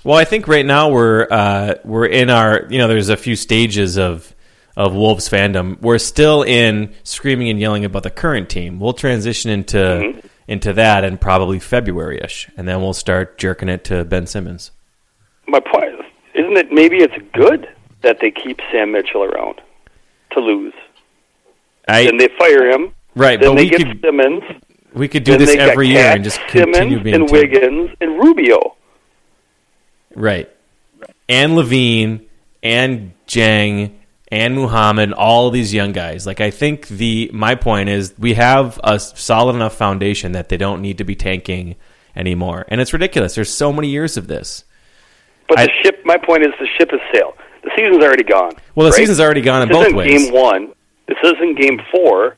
[SPEAKER 3] Well, I think right now we're uh, we're in our you know there's a few stages of of Wolves fandom. We're still in screaming and yelling about the current team. We'll transition into
[SPEAKER 6] Mm-hmm.
[SPEAKER 3] into that in probably February ish, and then we'll start jerking it to Ben Simmons.
[SPEAKER 6] My point is, isn't it maybe it's good that they keep Sam Mitchell around to lose?
[SPEAKER 3] I,
[SPEAKER 6] Then they fire him.
[SPEAKER 3] right,
[SPEAKER 6] Then
[SPEAKER 3] but
[SPEAKER 6] they
[SPEAKER 3] we
[SPEAKER 6] get
[SPEAKER 3] could
[SPEAKER 6] Simmons.
[SPEAKER 3] we could do
[SPEAKER 6] then
[SPEAKER 3] this
[SPEAKER 6] they got
[SPEAKER 3] every year
[SPEAKER 6] Cat,
[SPEAKER 3] and just continue
[SPEAKER 6] Simmons
[SPEAKER 3] being
[SPEAKER 6] and
[SPEAKER 3] terrible.
[SPEAKER 6] Wiggins and Rubio.
[SPEAKER 3] right, and Levine and Jang and Muhammad, all these young guys. Like I think the my point is we have a solid enough foundation that they don't need to be tanking anymore. And it's ridiculous. There's so many years of this.
[SPEAKER 6] But
[SPEAKER 3] I-
[SPEAKER 6] the ship. My point is the ship is sailed. The season's already gone.
[SPEAKER 3] Well, the
[SPEAKER 6] right?
[SPEAKER 3] season's already gone in
[SPEAKER 6] This
[SPEAKER 3] both
[SPEAKER 6] isn't
[SPEAKER 3] ways.
[SPEAKER 6] game one. This isn't game four.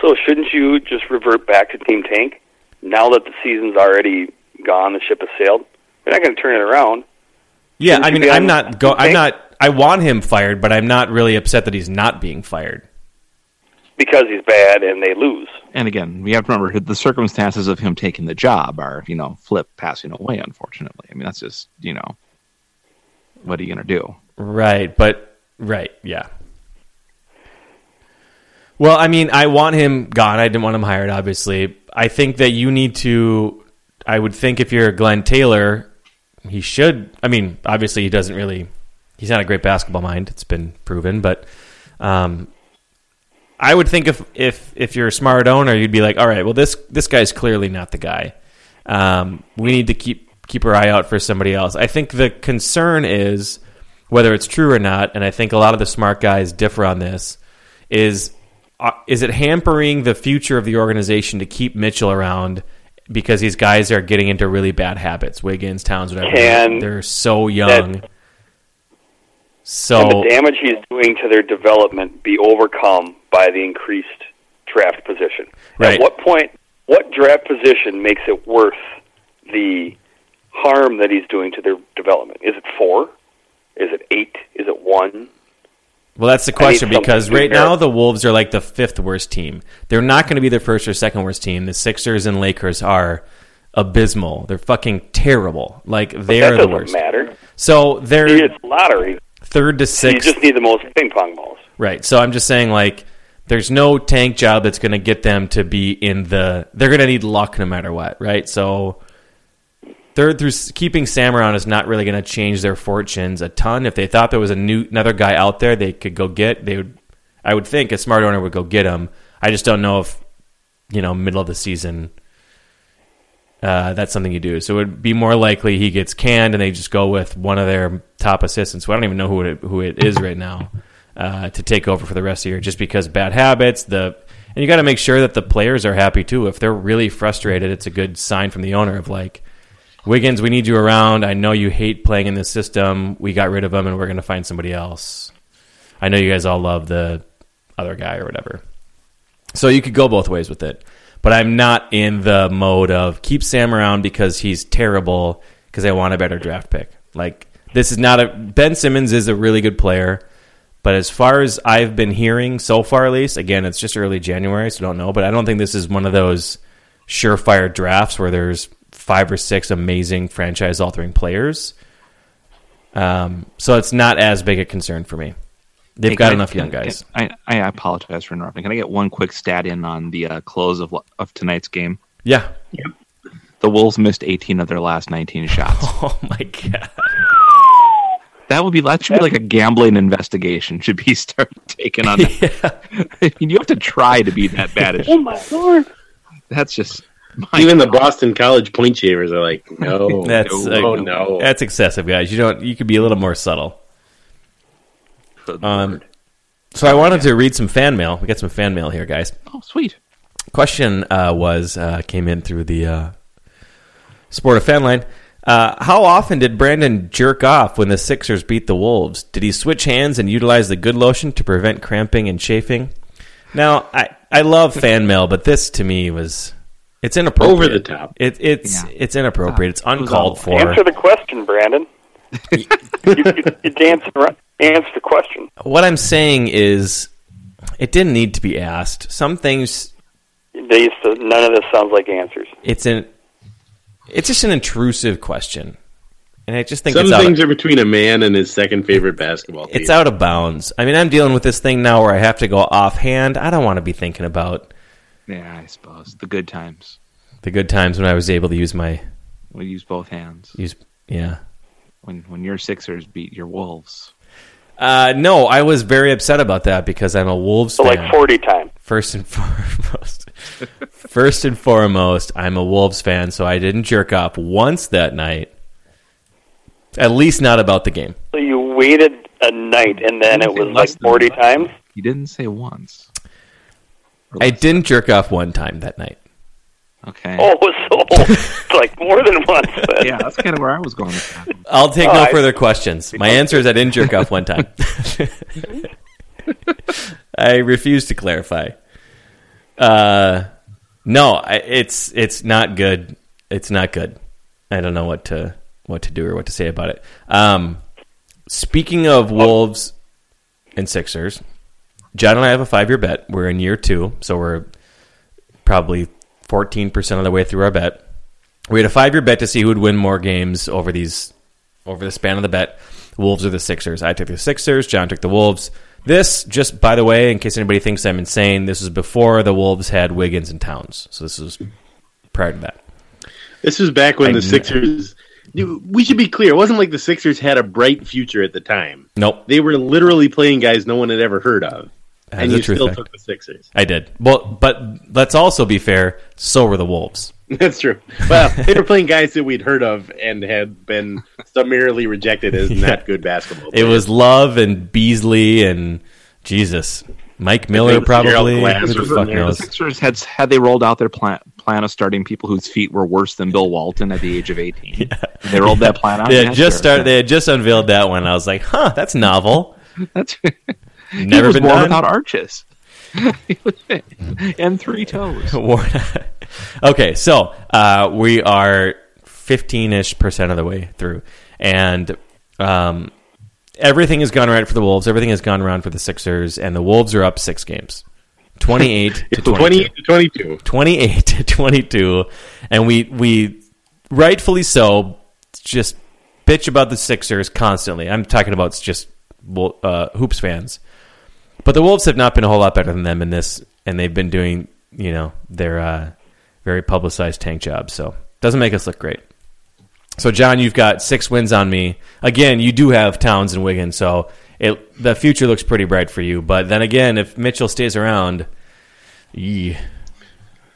[SPEAKER 6] So shouldn't you just revert back to Team Tank now that the season's already gone? The ship has sailed. You're not going to turn it around.
[SPEAKER 3] yeah,
[SPEAKER 6] Shouldn't
[SPEAKER 3] I
[SPEAKER 6] you
[SPEAKER 3] mean,
[SPEAKER 6] be
[SPEAKER 3] I'm
[SPEAKER 6] on
[SPEAKER 3] not go. I'm
[SPEAKER 6] tank?
[SPEAKER 3] not. I want him fired, but I'm not really upset that he's not being fired.
[SPEAKER 6] because he's bad and they lose.
[SPEAKER 5] And again, we have to remember the circumstances of him taking the job are, you know, Flip passing away, unfortunately. I mean, that's just, you know, what are you going to do?
[SPEAKER 3] Right, but right, yeah. Well, I mean, I want him gone. I didn't want him hired, obviously. I think that you need to I would think if you're Glenn Taylor, he should. I mean, obviously, he doesn't really. He's not a great basketball mind. It's been proven, but um, I would think if if if you're a smart owner, you'd be like, all right, well this this guy's clearly not the guy. Um, we need to keep keep our eye out for somebody else. I think the concern is whether it's true or not, and I think a lot of the smart guys differ on this. Is uh, is it hampering the future of the organization to keep Mitchell around because these guys are getting into really bad habits? Wiggins, Towns, whatever.
[SPEAKER 6] Can-
[SPEAKER 3] They're so young. so
[SPEAKER 6] and the damage he's doing to their development be overcome by the increased draft position.
[SPEAKER 3] Right.
[SPEAKER 6] At what point, what draft position makes it worth the harm that he's doing to their development? Is it four? Is it eight? Is it one?
[SPEAKER 3] Well, that's the question
[SPEAKER 6] something
[SPEAKER 3] because
[SPEAKER 6] to
[SPEAKER 3] right
[SPEAKER 6] compare.
[SPEAKER 3] now the Wolves are like the fifth worst team. They're not going to be the first or second worst team. The Sixers and Lakers are abysmal. They're fucking terrible. Like they
[SPEAKER 6] that
[SPEAKER 3] are the
[SPEAKER 6] doesn't
[SPEAKER 3] worst.
[SPEAKER 6] matter.
[SPEAKER 3] So they're
[SPEAKER 6] It's lottery.
[SPEAKER 3] third to
[SPEAKER 6] You
[SPEAKER 3] sixth.
[SPEAKER 6] just need the most ping pong balls.
[SPEAKER 3] Right. So I'm just saying, like, there's no tank job that's going to get them to be in the. They're going to need luck no matter what, right? So third through keeping Sam around is not really going to change their fortunes a ton. If they thought there was a new another guy out there they could go get, they would. I would think a smart owner would go get him. I just don't know if you know middle of the season. Uh, that's something you do. So it would be more likely he gets canned, and they just go with one of their top assistants. Who I don't even know who it, who it is right now uh, to take over for the rest of the year, just because bad habits. The and you got to make sure that the players are happy too. If they're really frustrated, it's a good sign from the owner of like Wiggins, we need you around. I know you hate playing in this system. We got rid of him, and we're going to find somebody else. I know you guys all love the other guy or whatever. So you could go both ways with it. But I'm not in the mode of keep Sam around because he's terrible because I want a better draft pick. Like this is not a Ben Simmons is a really good player, but as far as I've been hearing so far at least, again, it's just early January, so don't know, but I don't think this is one of those surefire drafts where there's five or six amazing franchise altering players. Um, so it's not as big a concern for me. They've
[SPEAKER 5] Hey,
[SPEAKER 3] got
[SPEAKER 5] can I-
[SPEAKER 3] enough young
[SPEAKER 5] can-
[SPEAKER 3] guys.
[SPEAKER 5] I, I apologize for interrupting. Can I get one quick stat in on the uh, close of of tonight's game?
[SPEAKER 3] Yeah.
[SPEAKER 5] The Wolves missed 18 of their last 19 shots.
[SPEAKER 3] Oh my god.
[SPEAKER 5] That would be that should be like a gambling investigation. Should be start taking on. I mean, you have to try to be that bad. oh my lord! That's just
[SPEAKER 4] Even the Boston College point shavers are like, no,
[SPEAKER 3] That's
[SPEAKER 4] no, Oh,
[SPEAKER 3] uh,
[SPEAKER 4] no.
[SPEAKER 3] That's excessive, guys. You don't. You could be a little more subtle. Um, so I wanted to read some fan mail. We got some fan mail here, guys.
[SPEAKER 5] oh sweet.
[SPEAKER 3] Question uh, was uh, came in through the uh, sport of fan line. Uh, how often did Brandon jerk off when the Sixers beat the Wolves? Did he switch hands and utilize the good lotion to prevent cramping and chafing? Now, I, I love fan mail, but this to me was it's inappropriate.
[SPEAKER 4] Over the top.
[SPEAKER 3] It, it's
[SPEAKER 5] Yeah.
[SPEAKER 3] it's inappropriate. It's uncalled for.
[SPEAKER 6] Answer the question, Brandon. you, you, you dance around. Answer the question.
[SPEAKER 3] what I'm saying is, it didn't need to be asked. Some things,
[SPEAKER 6] They used to, none of this sounds like answers.
[SPEAKER 3] it's an, it's just an intrusive question, and I just think
[SPEAKER 4] Some
[SPEAKER 3] it's out.
[SPEAKER 4] things
[SPEAKER 3] Of,
[SPEAKER 4] are between a man and his second favorite basketball team.
[SPEAKER 3] it's out of bounds. I mean, I'm dealing with this thing now where I have to go offhand. I don't want to be thinking about
[SPEAKER 5] Yeah, I suppose the good times.
[SPEAKER 3] the good times when I was able to use my
[SPEAKER 5] We use both hands
[SPEAKER 3] use. Yeah.
[SPEAKER 5] when when your Sixers beat your Wolves.
[SPEAKER 3] Uh, no, I was very upset about that because I'm a Wolves
[SPEAKER 6] So
[SPEAKER 3] fan.
[SPEAKER 6] like 40 times.
[SPEAKER 3] first and foremost first and foremost i'm a wolves fan so i didn't jerk off once that night at least not about the game
[SPEAKER 6] So you waited a night and then it was
[SPEAKER 5] Less
[SPEAKER 6] like
[SPEAKER 5] than
[SPEAKER 6] 40
[SPEAKER 5] that.
[SPEAKER 6] times?
[SPEAKER 5] You didn't say once.
[SPEAKER 3] i didn't jerk off one time that night
[SPEAKER 5] Okay.
[SPEAKER 6] Oh, so it's like more than once. Then.
[SPEAKER 5] Yeah, that's kind of where I was going with that.
[SPEAKER 3] i'll take no
[SPEAKER 6] All right.
[SPEAKER 3] further questions my answer is i didn't jerk off one time i refuse to clarify uh no I, it's it's not good it's not good i don't know what to what to do or what to say about it um Speaking of Wolves and Sixers, John and I have a five year bet. We're in year two, so we're probably 14% of the way through our bet. We had a five year bet to see who would win more games over these over the span of the bet. Wolves or the Sixers. I took the Sixers, John took the Wolves. This, just by the way, in case anybody thinks I'm insane, this was before the Wolves had Wiggins and Towns. So this was prior to that.
[SPEAKER 4] This was back when
[SPEAKER 3] I
[SPEAKER 4] the
[SPEAKER 3] kn-
[SPEAKER 4] Sixers. Dude, We should be clear. It wasn't like the Sixers had a bright future at the time.
[SPEAKER 3] Nope.
[SPEAKER 4] They were literally playing guys no one had ever heard of,
[SPEAKER 3] That's
[SPEAKER 4] and
[SPEAKER 3] a
[SPEAKER 4] you
[SPEAKER 3] true
[SPEAKER 4] still
[SPEAKER 3] fact.
[SPEAKER 4] took the Sixers.
[SPEAKER 3] I did. Well, but let's also be fair. So were the Wolves.
[SPEAKER 4] That's true. Well, they were playing guys that we'd heard of and had been summarily rejected as not good basketball.
[SPEAKER 3] It was Love and Beasley and Jesus, Mike Miller
[SPEAKER 4] think it was Gerald
[SPEAKER 3] probably.
[SPEAKER 4] Glass
[SPEAKER 3] Who
[SPEAKER 4] was
[SPEAKER 3] the
[SPEAKER 4] in
[SPEAKER 3] fuck
[SPEAKER 4] there.
[SPEAKER 5] The
[SPEAKER 3] knows?
[SPEAKER 5] Sixers had had they rolled out their plan, plan of starting people whose feet were worse than Bill Walton at the age of eighteen. They rolled that plan out.
[SPEAKER 3] They had
[SPEAKER 5] and that's
[SPEAKER 3] just
[SPEAKER 5] their-
[SPEAKER 3] started. They had just unveiled that one. I was like, huh, that's novel.
[SPEAKER 5] That's he
[SPEAKER 3] Never
[SPEAKER 5] was
[SPEAKER 3] been
[SPEAKER 5] born
[SPEAKER 3] done.
[SPEAKER 5] without arches He was- and three toes.
[SPEAKER 3] Warren- okay, so uh, we are 15 ish percent of the way through. And um, everything has gone right for the Wolves. Everything has gone wrong for the Sixers. And the Wolves are up six games 28 to 22.
[SPEAKER 4] twenty to twenty-two.
[SPEAKER 3] 28 to 22 and we we rightfully so just bitch about the Sixers constantly. I'm talking about just well, uh, hoops fans. But the Wolves have not been a whole lot better than them in this and they've been doing, you know, their uh, very publicized tank job. So, doesn't make us look great. So John, you've got 6 wins on me. Again, you do have Towns and Wiggins, so it the future looks pretty bright for you, but then again, if Mitchell stays around, yee.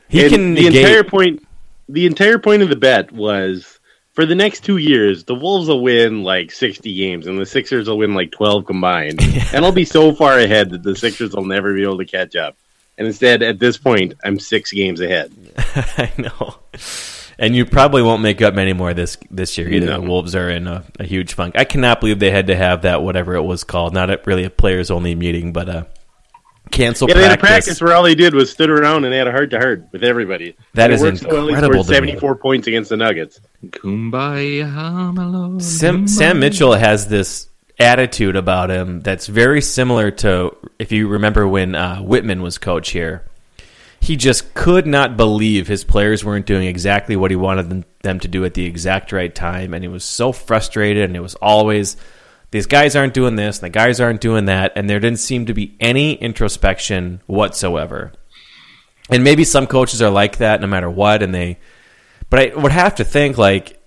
[SPEAKER 3] He
[SPEAKER 4] And
[SPEAKER 3] can
[SPEAKER 4] the
[SPEAKER 3] negate-
[SPEAKER 4] entire point. The entire point of the bet was for the next two years, the Wolves will win like sixty games, and the Sixers will win like twelve combined, and I'll be so far ahead that the Sixers will never be able to catch up. And instead, at this point, I'm six games ahead.
[SPEAKER 3] I know. And you probably won't make up many more this this year either.
[SPEAKER 4] No.
[SPEAKER 3] The Wolves are in a, a huge funk. I cannot believe they had to have that whatever it was called. Not a, really a players only meeting, but a cancel
[SPEAKER 4] Yeah, they had a
[SPEAKER 3] practice.
[SPEAKER 4] practice where all they did was stood around and they had a heart to heart with everybody.
[SPEAKER 3] That
[SPEAKER 4] That
[SPEAKER 3] is
[SPEAKER 4] is
[SPEAKER 3] incredible to me.
[SPEAKER 4] Seventy-four points against the Nuggets.
[SPEAKER 5] Kumbaya, my lord.
[SPEAKER 3] Sam, Sam Mitchell has this attitude about him that's very similar to if you remember when uh, Whitman was coach here. He just could not believe his players weren't doing exactly what he wanted them, them to do at the exact right time, and he was so frustrated. And it was always these guys aren't doing this, and the guys aren't doing that, and there didn't seem to be any introspection whatsoever. And maybe some coaches are like that, no matter what, and they. But I would have to think like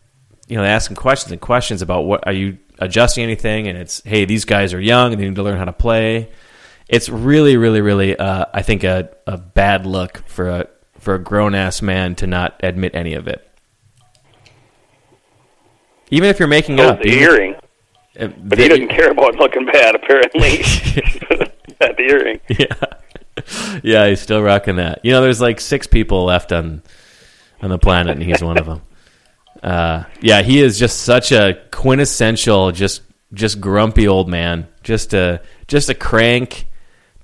[SPEAKER 3] you know, they ask them questions and questions about what are you adjusting anything, and it's hey, these guys are young and they need to learn how to play. It's really, really, really, uh, I think a, a bad look for a for a grown ass man to not admit any of it. Even if you're making it
[SPEAKER 6] Oh,
[SPEAKER 3] up,
[SPEAKER 6] the
[SPEAKER 3] even if-
[SPEAKER 6] earring.
[SPEAKER 3] uh,
[SPEAKER 6] But he doesn't care about looking bad, apparently. At the earring.
[SPEAKER 3] yeah, he's still rocking that. You know, there's like six people left on on the planet, and he's one of them. Uh, yeah, he is just such a quintessential, just just grumpy old man, just a just a crank,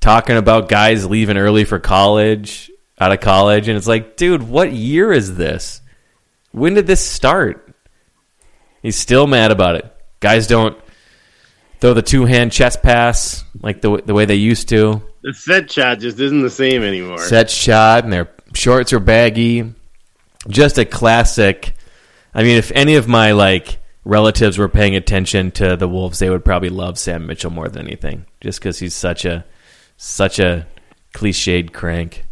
[SPEAKER 3] talking about guys leaving early for college, out of college, and it's like, dude, what year is this? When did this start? He's still mad about it. Guys don't throw the two hand chest pass like the w- the way they used to
[SPEAKER 4] The set shot just isn't the same anymore.
[SPEAKER 3] set shot and their shorts are baggy. Just a classic. I mean, if any of my like relatives were paying attention to the Wolves, they would probably love Sam Mitchell more than anything, just because he's such a such a cliched crank.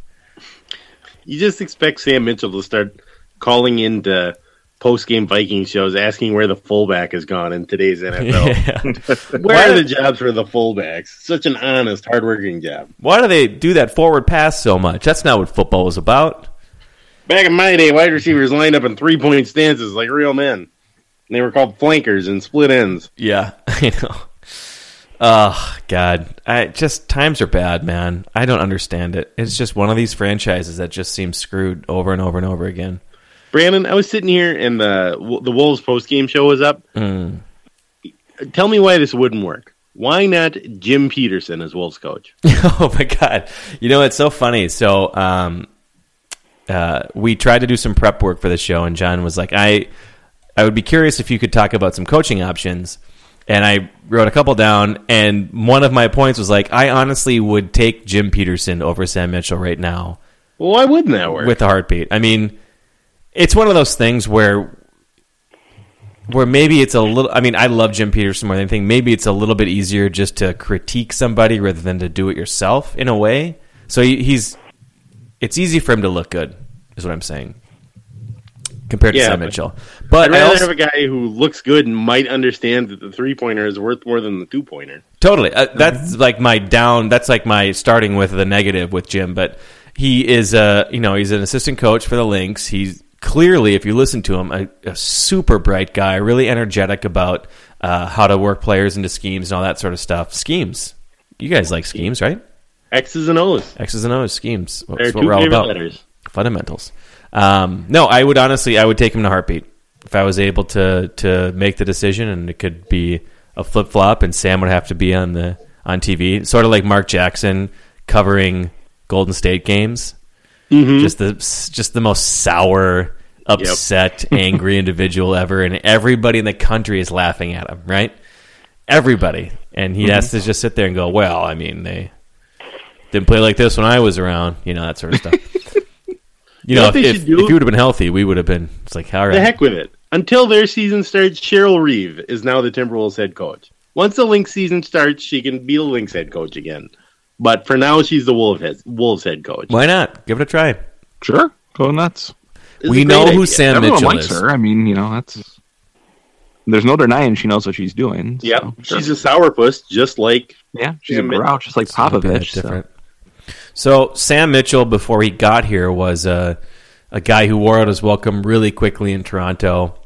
[SPEAKER 4] You just expect Sam Mitchell to start calling into post-game Viking shows, asking where the fullback has gone in today's NFL. Where are the jobs for the fullbacks? Such an honest, hardworking job.
[SPEAKER 3] Why do they do that forward pass so much? That's not what football is about.
[SPEAKER 4] Back in my day, wide receivers lined up in three-point stances like real men. And they were called flankers and split ends.
[SPEAKER 3] Yeah, I know. Oh God, I just times are bad, man. I don't understand it. It's just one of these franchises that just seems screwed over and over and over again.
[SPEAKER 4] Brandon, I was sitting here and the the Wolves post game show was up. Tell me why this wouldn't work. Why not Jim Peterson as Wolves coach?
[SPEAKER 3] oh my god you know it's so funny so um uh we tried to do some prep work for the show and john was like i i would be curious if you could talk about some coaching options and i wrote a couple down and one of my points was like i honestly would take jim peterson over sam mitchell right now
[SPEAKER 4] Well, why wouldn't that work?
[SPEAKER 3] with a heartbeat. I mean, it's one of those things where where maybe it's a little. I mean, I love Jim Peterson more than anything. Maybe it's a little bit easier just to critique somebody rather than to do it yourself in a way. So he, he's it's easy for him to look good, is what I'm saying. compared to
[SPEAKER 4] Yeah,
[SPEAKER 3] Sam
[SPEAKER 4] but-
[SPEAKER 3] Mitchell. But
[SPEAKER 4] I'd
[SPEAKER 3] I
[SPEAKER 4] rather
[SPEAKER 3] also,
[SPEAKER 4] have a guy who looks good and might understand that the three pointer is worth more than the two pointer.
[SPEAKER 3] Totally. Uh, that's like my down. That's like my starting with the negative with Jim. But he is a you know he's an assistant coach for the Lynx. He's clearly, if you listen to him, a, a super bright guy, really energetic about uh, how to work players into schemes and all that sort of stuff. Schemes. You guys like schemes, right?
[SPEAKER 4] X's and O's.
[SPEAKER 3] X's and O's, schemes.
[SPEAKER 4] They're
[SPEAKER 3] That's
[SPEAKER 4] two
[SPEAKER 3] what we're all
[SPEAKER 4] favorite
[SPEAKER 3] about.
[SPEAKER 4] letters.
[SPEAKER 3] Fundamentals. Um, no, I would honestly, I would take him in a heartbeat if I was able to to make the decision, and it could be a flip flop, and Sam would have to be on the on TV, sort of like Mark Jackson covering Golden State games.
[SPEAKER 4] Mm-hmm.
[SPEAKER 3] Just the just the most sour, upset, angry individual ever, and everybody in the country is laughing at him, right? Everybody, and he has to
[SPEAKER 4] Mhm.
[SPEAKER 3] just sit there and go, "Well, I mean, they didn't play like this when I was around, you know, that sort of stuff. you know,
[SPEAKER 4] know
[SPEAKER 3] if,
[SPEAKER 4] what they
[SPEAKER 3] if,
[SPEAKER 4] should do?
[SPEAKER 3] if you would have been healthy, we would have been. It's like, all right.
[SPEAKER 4] The heck with it. Until their season starts, Cheryl Reeve is now the Timberwolves head coach. Once the Lynx season starts, she can be the Lynx head coach again. But for now, she's the Wolf head, Wolves head coach.
[SPEAKER 3] Why not? Give it a try.
[SPEAKER 5] Sure, go nuts.
[SPEAKER 4] It's
[SPEAKER 3] we
[SPEAKER 4] a great
[SPEAKER 3] know who
[SPEAKER 4] idea.
[SPEAKER 3] Sam
[SPEAKER 5] Everyone
[SPEAKER 3] Mitchell
[SPEAKER 5] likes
[SPEAKER 3] is.
[SPEAKER 5] her. I mean, you know, that's there's no denying she knows what she's doing. so,
[SPEAKER 4] Yep,
[SPEAKER 5] sure.
[SPEAKER 4] she's a sourpuss, just like
[SPEAKER 5] yeah, she's a
[SPEAKER 4] Sam Mitchell.
[SPEAKER 5] grouch, just like
[SPEAKER 3] Might be a bit
[SPEAKER 5] Popovich. So.
[SPEAKER 3] different. So Sam Mitchell, before he got here, was a a guy who wore out his welcome really quickly in Toronto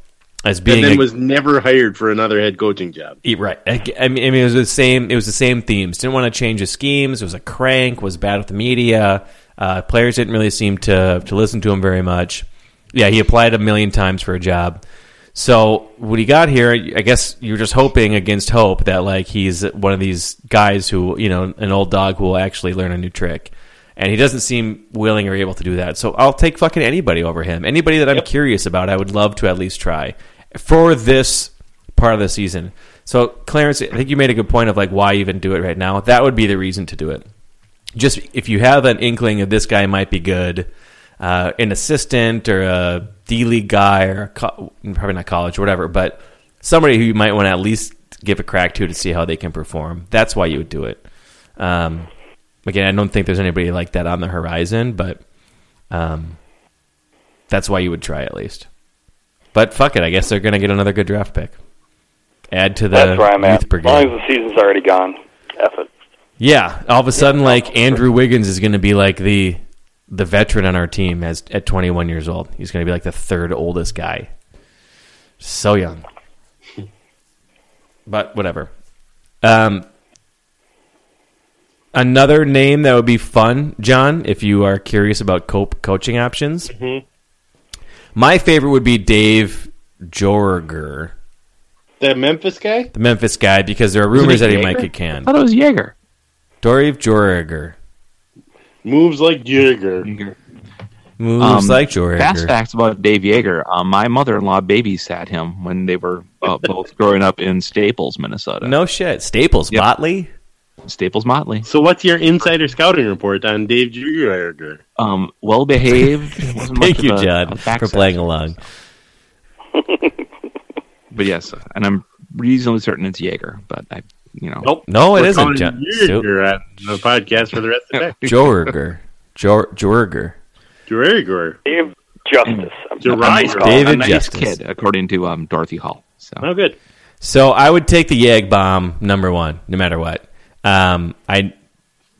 [SPEAKER 3] as being
[SPEAKER 4] and then
[SPEAKER 3] a,
[SPEAKER 4] was never hired for another head coaching job.
[SPEAKER 3] Yeah, E, Right. I I mean, I mean, it was the same. It was the same themes. Didn't want to change his schemes. Was a crank. Was bad with the media. Uh, players didn't really seem to to listen to him very much. Yeah, he applied a million times for a job. So when he got here, I guess you're just hoping against hope that like he's one of these guys who you know an old dog who will actually learn a new trick. And he doesn't seem willing or able to do that. So I'll take fucking anybody over him. Anybody that I'm curious about, I would love to at least try for this part of the season. So, Clarence, I think you made a good point of like why even do it right now. That would be the reason to do it. Just if you have an inkling of this guy might be good, uh, an assistant or a D league guy or a co- probably not college or whatever, but somebody who you might want to at least give a crack to to see how they can perform. That's why you would do it. Um, again, I don't think there's anybody like that on the horizon, but um, that's why you would try at least. But fuck it, I guess they're going to get another good draft pick. Add to the
[SPEAKER 6] That's where I'm
[SPEAKER 3] youth
[SPEAKER 6] at. As
[SPEAKER 3] brigade.
[SPEAKER 6] long as the season's already gone, F it.
[SPEAKER 3] Yeah, all of a sudden, like Andrew Wiggins is going to be like the the veteran on our team as at 21 years old. He's going to be like the third oldest guy. So young, but whatever. Um, another name that would be fun, John, if you are curious about cope coaching options. My favorite would be Dave Jorger,
[SPEAKER 4] That Memphis guy?
[SPEAKER 3] the Memphis guy, because there are
[SPEAKER 5] Isn't
[SPEAKER 3] rumors that he might
[SPEAKER 5] Jaeger?
[SPEAKER 3] get canned.
[SPEAKER 5] I thought it was Jaeger.
[SPEAKER 3] Dave Jorger.
[SPEAKER 4] Moves like Jaeger.
[SPEAKER 3] Moves
[SPEAKER 5] Um,
[SPEAKER 3] like Jorger.
[SPEAKER 5] Fast facts about Dave Yeager. Uh, my mother-in-law babysat him when they were uh, both growing up in Staples, Minnesota.
[SPEAKER 3] No shit. Staples,
[SPEAKER 5] Yep.
[SPEAKER 3] Motley.
[SPEAKER 5] Staples Motley.
[SPEAKER 4] So what's your insider scouting report on Dave Jaeger?
[SPEAKER 5] Um, well-behaved. wasn't much
[SPEAKER 3] Thank
[SPEAKER 5] of
[SPEAKER 3] you,
[SPEAKER 5] a-
[SPEAKER 3] John,
[SPEAKER 5] a back
[SPEAKER 3] for playing
[SPEAKER 5] section.
[SPEAKER 3] along.
[SPEAKER 5] But yes, and I'm reasonably certain it's Jaeger. But I, you know,
[SPEAKER 4] Nope.
[SPEAKER 3] No, it
[SPEAKER 4] We're
[SPEAKER 3] isn't,
[SPEAKER 4] calling
[SPEAKER 3] John-
[SPEAKER 4] Jaeger on the podcast for the rest of the day.
[SPEAKER 3] Jorger. Jor- Jorger.
[SPEAKER 4] Jaeger.
[SPEAKER 6] Dave Justice. I'm
[SPEAKER 5] I'm
[SPEAKER 4] Right,
[SPEAKER 5] Oh, a-
[SPEAKER 4] girl.
[SPEAKER 3] David
[SPEAKER 5] a nice
[SPEAKER 3] Justice.
[SPEAKER 5] kid, according to um, Dorothy Hall. So
[SPEAKER 4] Oh, good.
[SPEAKER 3] So I would take the Yag bomb number one, no matter what. Um, I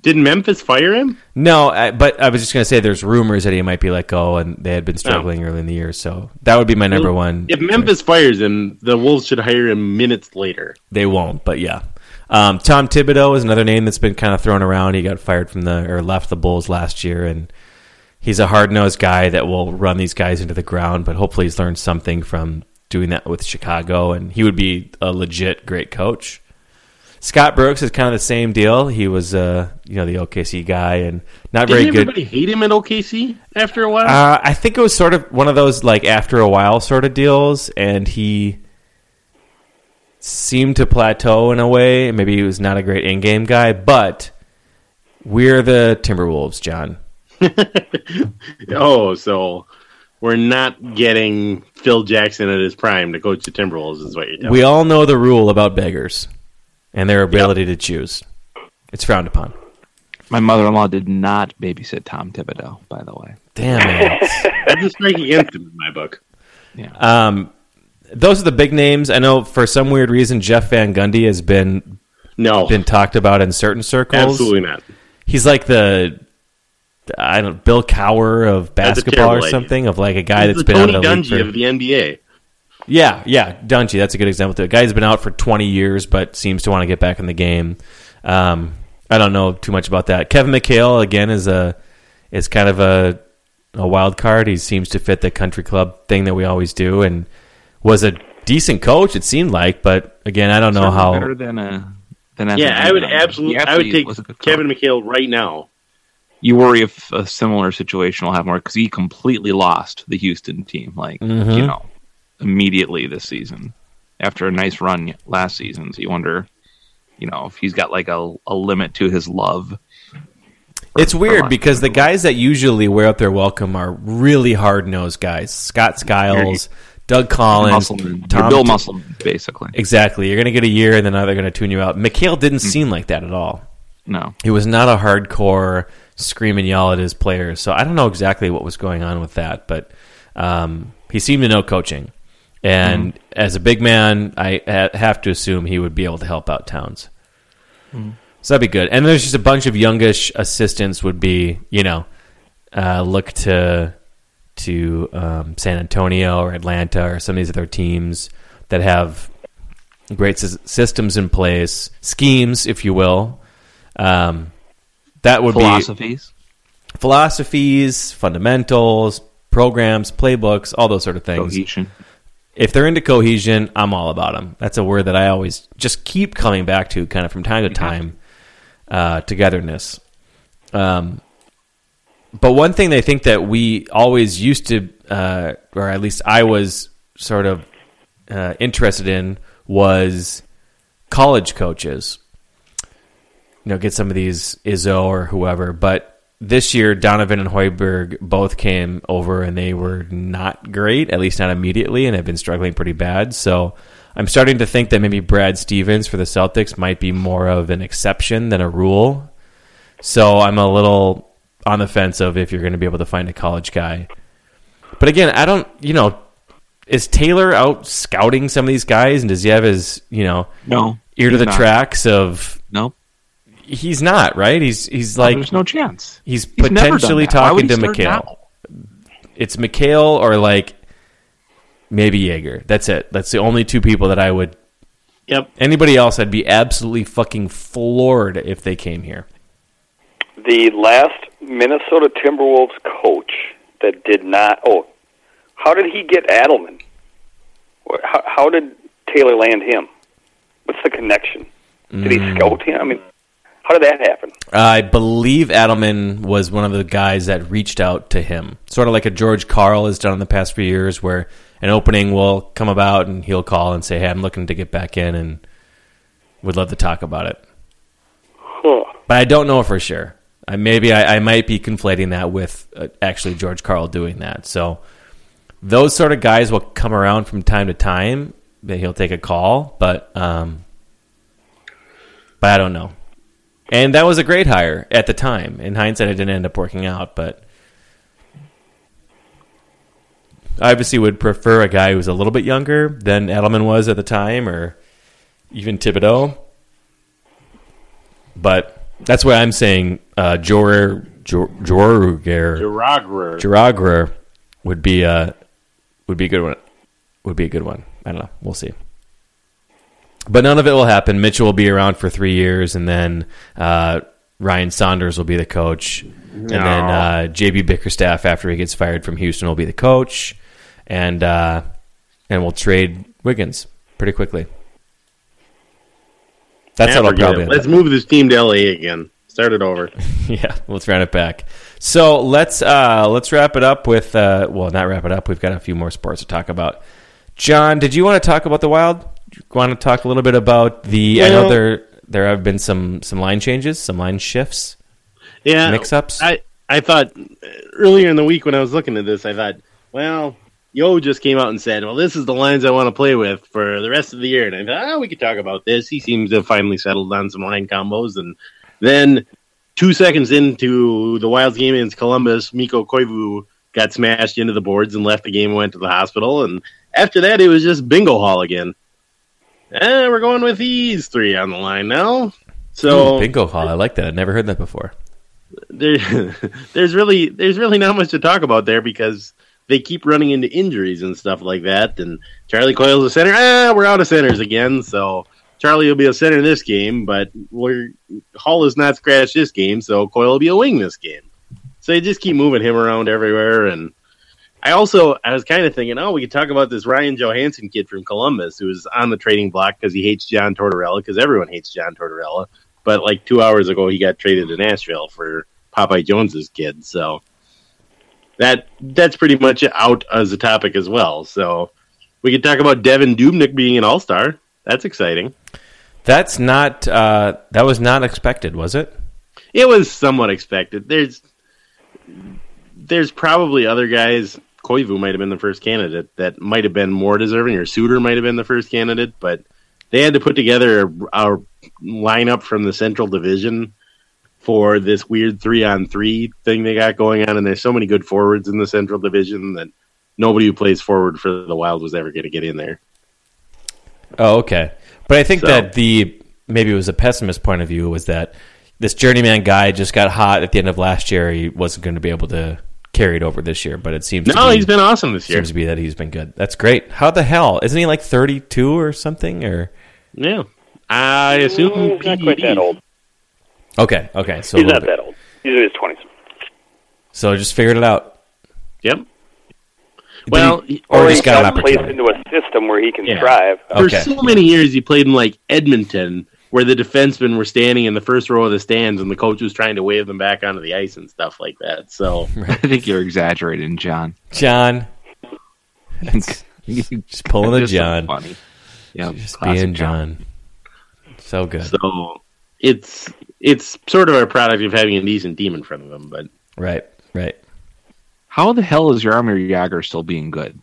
[SPEAKER 4] Did Memphis fire him?
[SPEAKER 3] no, I, but I was just gonna say there's rumors that he might be let go, and they had been struggling early in the year, so that would be my number one.
[SPEAKER 4] If Memphis fires him, the Wolves should hire him minutes later.
[SPEAKER 3] They won't, but yeah. Um, Tom Thibodeau is another name that's been kind of thrown around. He got fired from the or left the Bulls last year, and he's a hard nosed guy that will run these guys into the ground. But hopefully, he's learned something from doing that with Chicago, and he would be a legit great coach. Scott Brooks is kind of the same deal. He was, uh, you know, the OKC guy and not
[SPEAKER 4] Didn't
[SPEAKER 3] very good.
[SPEAKER 4] everybody hate him at OKC after a while?
[SPEAKER 3] Uh, I think it was sort of one of those like after a while sort of deals, and he seemed to plateau in a way. Maybe he was not a great in-game guy, but we're the Timberwolves, John.
[SPEAKER 4] oh, so we're not getting Phil Jackson at his prime to coach the Timberwolves, is what you're telling
[SPEAKER 3] We all know the rule about beggars and their ability to choose. It's frowned upon.
[SPEAKER 5] my mother-in-law did not babysit Tom Thibodeau, by the way.
[SPEAKER 3] Damn it.
[SPEAKER 4] me. That's a strike against him in my book.
[SPEAKER 3] Um, those are the big names. I know for some weird reason Jeff Van Gundy has been
[SPEAKER 4] No,
[SPEAKER 3] been talked about in certain circles.
[SPEAKER 4] absolutely not.
[SPEAKER 3] he's like the I don't Bill Cower of
[SPEAKER 4] That's a
[SPEAKER 3] basketball or
[SPEAKER 4] terrible idea.
[SPEAKER 3] something of like a guy
[SPEAKER 4] He's
[SPEAKER 3] that's
[SPEAKER 4] the
[SPEAKER 3] been
[SPEAKER 4] Tony
[SPEAKER 3] out of the league
[SPEAKER 4] Dungy
[SPEAKER 3] for,
[SPEAKER 4] of the NBA.
[SPEAKER 3] yeah yeah Dungy that's a good example too. A guy who's been out for twenty years but seems to want to get back in the game. Um, I don't know too much about that. Kevin McHale again is a is kind of a a wild card. He seems to fit the country club thing that we always do and was a decent coach it seemed like, but again I don't know
[SPEAKER 5] Certainly
[SPEAKER 3] how
[SPEAKER 5] better than a than Anthony
[SPEAKER 4] Yeah, I would
[SPEAKER 5] Brown.
[SPEAKER 4] absolutely.
[SPEAKER 5] He
[SPEAKER 4] I would
[SPEAKER 5] absolutely
[SPEAKER 4] take
[SPEAKER 5] was a good coach.
[SPEAKER 4] Kevin McHale right now.
[SPEAKER 5] you worry if a similar situation will happen because he completely lost the Houston team, like
[SPEAKER 3] Mm-hmm.
[SPEAKER 5] you know, immediately this season after a nice run last season. So you wonder, you know, if he's got like a, a limit to his love.
[SPEAKER 3] It's weird
[SPEAKER 5] lack
[SPEAKER 3] because the guys that usually wear out their welcome are really hard nosed guys. Scott Skiles, Doug Collins,
[SPEAKER 5] Musselman,
[SPEAKER 3] Tom
[SPEAKER 5] Bill Musselman, basically.
[SPEAKER 3] Exactly. You're going to get a year and then now they're going to tune you out. McHale didn't seem like that at all.
[SPEAKER 5] No,
[SPEAKER 3] He was not a hardcore scream and yell at his players. So I don't know exactly what was going on with that, but um, he seemed to know coaching. And as a big man, I ha- have to assume he would be able to help out Towns. So that'd be good. And there's just a bunch of youngish assistants would be, you know, uh, look to to um, San Antonio or Atlanta or some of these other teams that have great sys- systems in place, schemes, if you will. Um, that would
[SPEAKER 5] philosophies.
[SPEAKER 3] be philosophies, fundamentals, programs, playbooks, all those sort of things.
[SPEAKER 5] Cohesion.
[SPEAKER 3] If they're into cohesion, I'm all about them. That's a word that I always just keep coming back to, kind of from time to time. Uh, togetherness. Um, but one thing they think that we always used to, uh, or at least I was sort of uh, interested in, was college coaches. You know, get some of these Izzo or whoever. But this year, Donovan and Hoiberg both came over and they were not great, at least not immediately, and have been struggling pretty bad. So I'm starting to think that maybe Brad Stevens for the Celtics might be more of an exception than a rule. So I'm a little on the fence of if you're going to be able to find a college guy. But again, I don't, you know, is Taylor out scouting some of these guys and does he have his, you know,
[SPEAKER 5] No,
[SPEAKER 3] ear to
[SPEAKER 5] he's
[SPEAKER 3] the
[SPEAKER 5] not.
[SPEAKER 3] tracks of
[SPEAKER 5] No,
[SPEAKER 3] he's not right he's he's like
[SPEAKER 5] there's no chance.
[SPEAKER 3] he's,
[SPEAKER 5] He's never done
[SPEAKER 3] potentially
[SPEAKER 5] that. Why would
[SPEAKER 3] talking
[SPEAKER 5] he
[SPEAKER 3] to
[SPEAKER 5] start
[SPEAKER 3] McHale
[SPEAKER 5] now?
[SPEAKER 3] it's McHale or like maybe Jaeger that's it that's the only two people that I would
[SPEAKER 4] Yep.
[SPEAKER 3] anybody else I'd be absolutely fucking floored if they came here
[SPEAKER 6] The last Minnesota Timberwolves coach that did not. Oh, how did he get Adelman? Wh- How, how did Taylor land him? What's the connection? Did he
[SPEAKER 5] Mm.
[SPEAKER 6] scout him? I mean, how did that happen?
[SPEAKER 3] I believe Adelman was one of the guys that reached out to him, sort of like a George Carl has done in the past few years, where an opening will come about and he'll call and say, "Hey, I'm looking to get back in and would love to talk about it."
[SPEAKER 6] Huh.
[SPEAKER 3] But I don't know for sure. I, maybe I, I might be conflating that with uh, actually George Carl doing that. So those sort of guys will come around from time to time. That he'll take a call, but um, but I don't know. And that was a great hire at the time. In hindsight, it didn't end up working out, but I obviously would prefer a guy who's a little bit younger than Edelman was at the time, or even Thibodeau. But that's why I'm saying uh, Jorger Jorger
[SPEAKER 4] Geragrer.
[SPEAKER 3] Joragrer would be a would be a good one. Would be a good one. I don't know. We'll see. But none of it will happen. Mitchell will be around for three years, and then uh, Ryan Saunders will be the coach, and then uh, JB Bickerstaff after he gets fired from Houston will be the coach, and uh, and we'll trade Wiggins pretty quickly. That's how
[SPEAKER 4] Yeah,
[SPEAKER 3] it'll
[SPEAKER 4] forget
[SPEAKER 3] probably
[SPEAKER 4] it.
[SPEAKER 3] end up.
[SPEAKER 4] Let's move this team to LA again. Start it over.
[SPEAKER 3] yeah let's round it back so let's uh let's wrap it up with uh well not wrap it up we've got a few more sports to talk about john did you want to talk about the wild you want to talk a little bit about the i know
[SPEAKER 4] Well-
[SPEAKER 3] there there have been some some line changes some line shifts
[SPEAKER 4] Yeah,
[SPEAKER 3] Mix-ups?
[SPEAKER 4] Uh, I I thought uh, earlier in the week when I was looking at this, I thought, well, Yo just came out and said, well, this is the lines I want to play with for the rest of the year, and I thought, ah, we could talk about this. He seems to have finally settled on some line combos, and then two seconds into the Wild's game against Columbus, Miko Koivu got smashed into the boards and left the game and went to the hospital. And after that, it was just bingo hall again. And we're going with these three on the line now. So
[SPEAKER 3] Ooh, bingo hall. I like that. I'd never heard that before.
[SPEAKER 4] there, there's really there's really not much to talk about there because they keep running into injuries and stuff like that. And Charlie Coyle's a center. Ah, we're out of centers again. So Charlie will be a center this game, but we're Hall is not scratched this game, so Coyle will be a wing this game. So they just keep moving him around everywhere. And I also I was kind of thinking, oh, we could talk about this Ryan Johansson kid from Columbus who was on the trading block because he hates John Tortorella because everyone hates John Tortorella. But like two hours ago, he got traded to Nashville for Popeye Jones's kid. So that that's pretty much out as a topic as well. So we could talk about Devin Dubnik being an All Star. That's exciting.
[SPEAKER 3] That's not. Uh, that was not expected, was it?
[SPEAKER 4] It was somewhat expected. There's there's probably other guys. Koivu might have been the first candidate that might have been more deserving, or Suter might have been the first candidate, but they had to put together a, a lineup from the Central Division for this weird three on three thing they got going on. And there's so many good forwards in the Central Division that nobody who plays forward for the Wild was ever going to get in there.
[SPEAKER 3] Oh, okay. But I think
[SPEAKER 4] So-
[SPEAKER 3] that the maybe it was a pessimist point of view was that this journeyman guy just got hot at the end of last year. He wasn't going to be able to carry it over this year, but it seems
[SPEAKER 4] No,
[SPEAKER 3] to be,
[SPEAKER 4] he's been awesome this year.
[SPEAKER 3] seems to be that he's been good. That's great. How the hell isn't he like thirty two or something? Or
[SPEAKER 4] Yeah. I assume
[SPEAKER 6] He's not quite
[SPEAKER 4] E
[SPEAKER 6] that old.
[SPEAKER 3] okay, okay. So a
[SPEAKER 6] He's
[SPEAKER 3] little
[SPEAKER 6] not
[SPEAKER 3] bit.
[SPEAKER 6] that old. He's in his twenties.
[SPEAKER 3] So just figured it out.
[SPEAKER 4] Yep.
[SPEAKER 3] Did
[SPEAKER 4] Well,
[SPEAKER 3] he-
[SPEAKER 4] he-
[SPEAKER 3] or just got an
[SPEAKER 6] placed
[SPEAKER 3] opportunity.
[SPEAKER 6] into a system where he can
[SPEAKER 4] Yeah.
[SPEAKER 6] thrive.
[SPEAKER 4] For
[SPEAKER 3] Okay.
[SPEAKER 4] so many years, he played in like Edmonton, where the defensemen were standing in the first row of the stands, and the coach was trying to wave them back onto the ice and stuff like that. So
[SPEAKER 5] I think you're exaggerating, John.
[SPEAKER 3] John
[SPEAKER 5] Just
[SPEAKER 3] pulling a
[SPEAKER 5] so
[SPEAKER 3] John.
[SPEAKER 5] funny. Yeah,
[SPEAKER 3] just
[SPEAKER 5] classic
[SPEAKER 3] being John. So good.
[SPEAKER 4] Oh, so it's it's sort of a product of having a decent team in front of them, but
[SPEAKER 3] Right, right.
[SPEAKER 5] How the hell is Yarmir Yager still being good?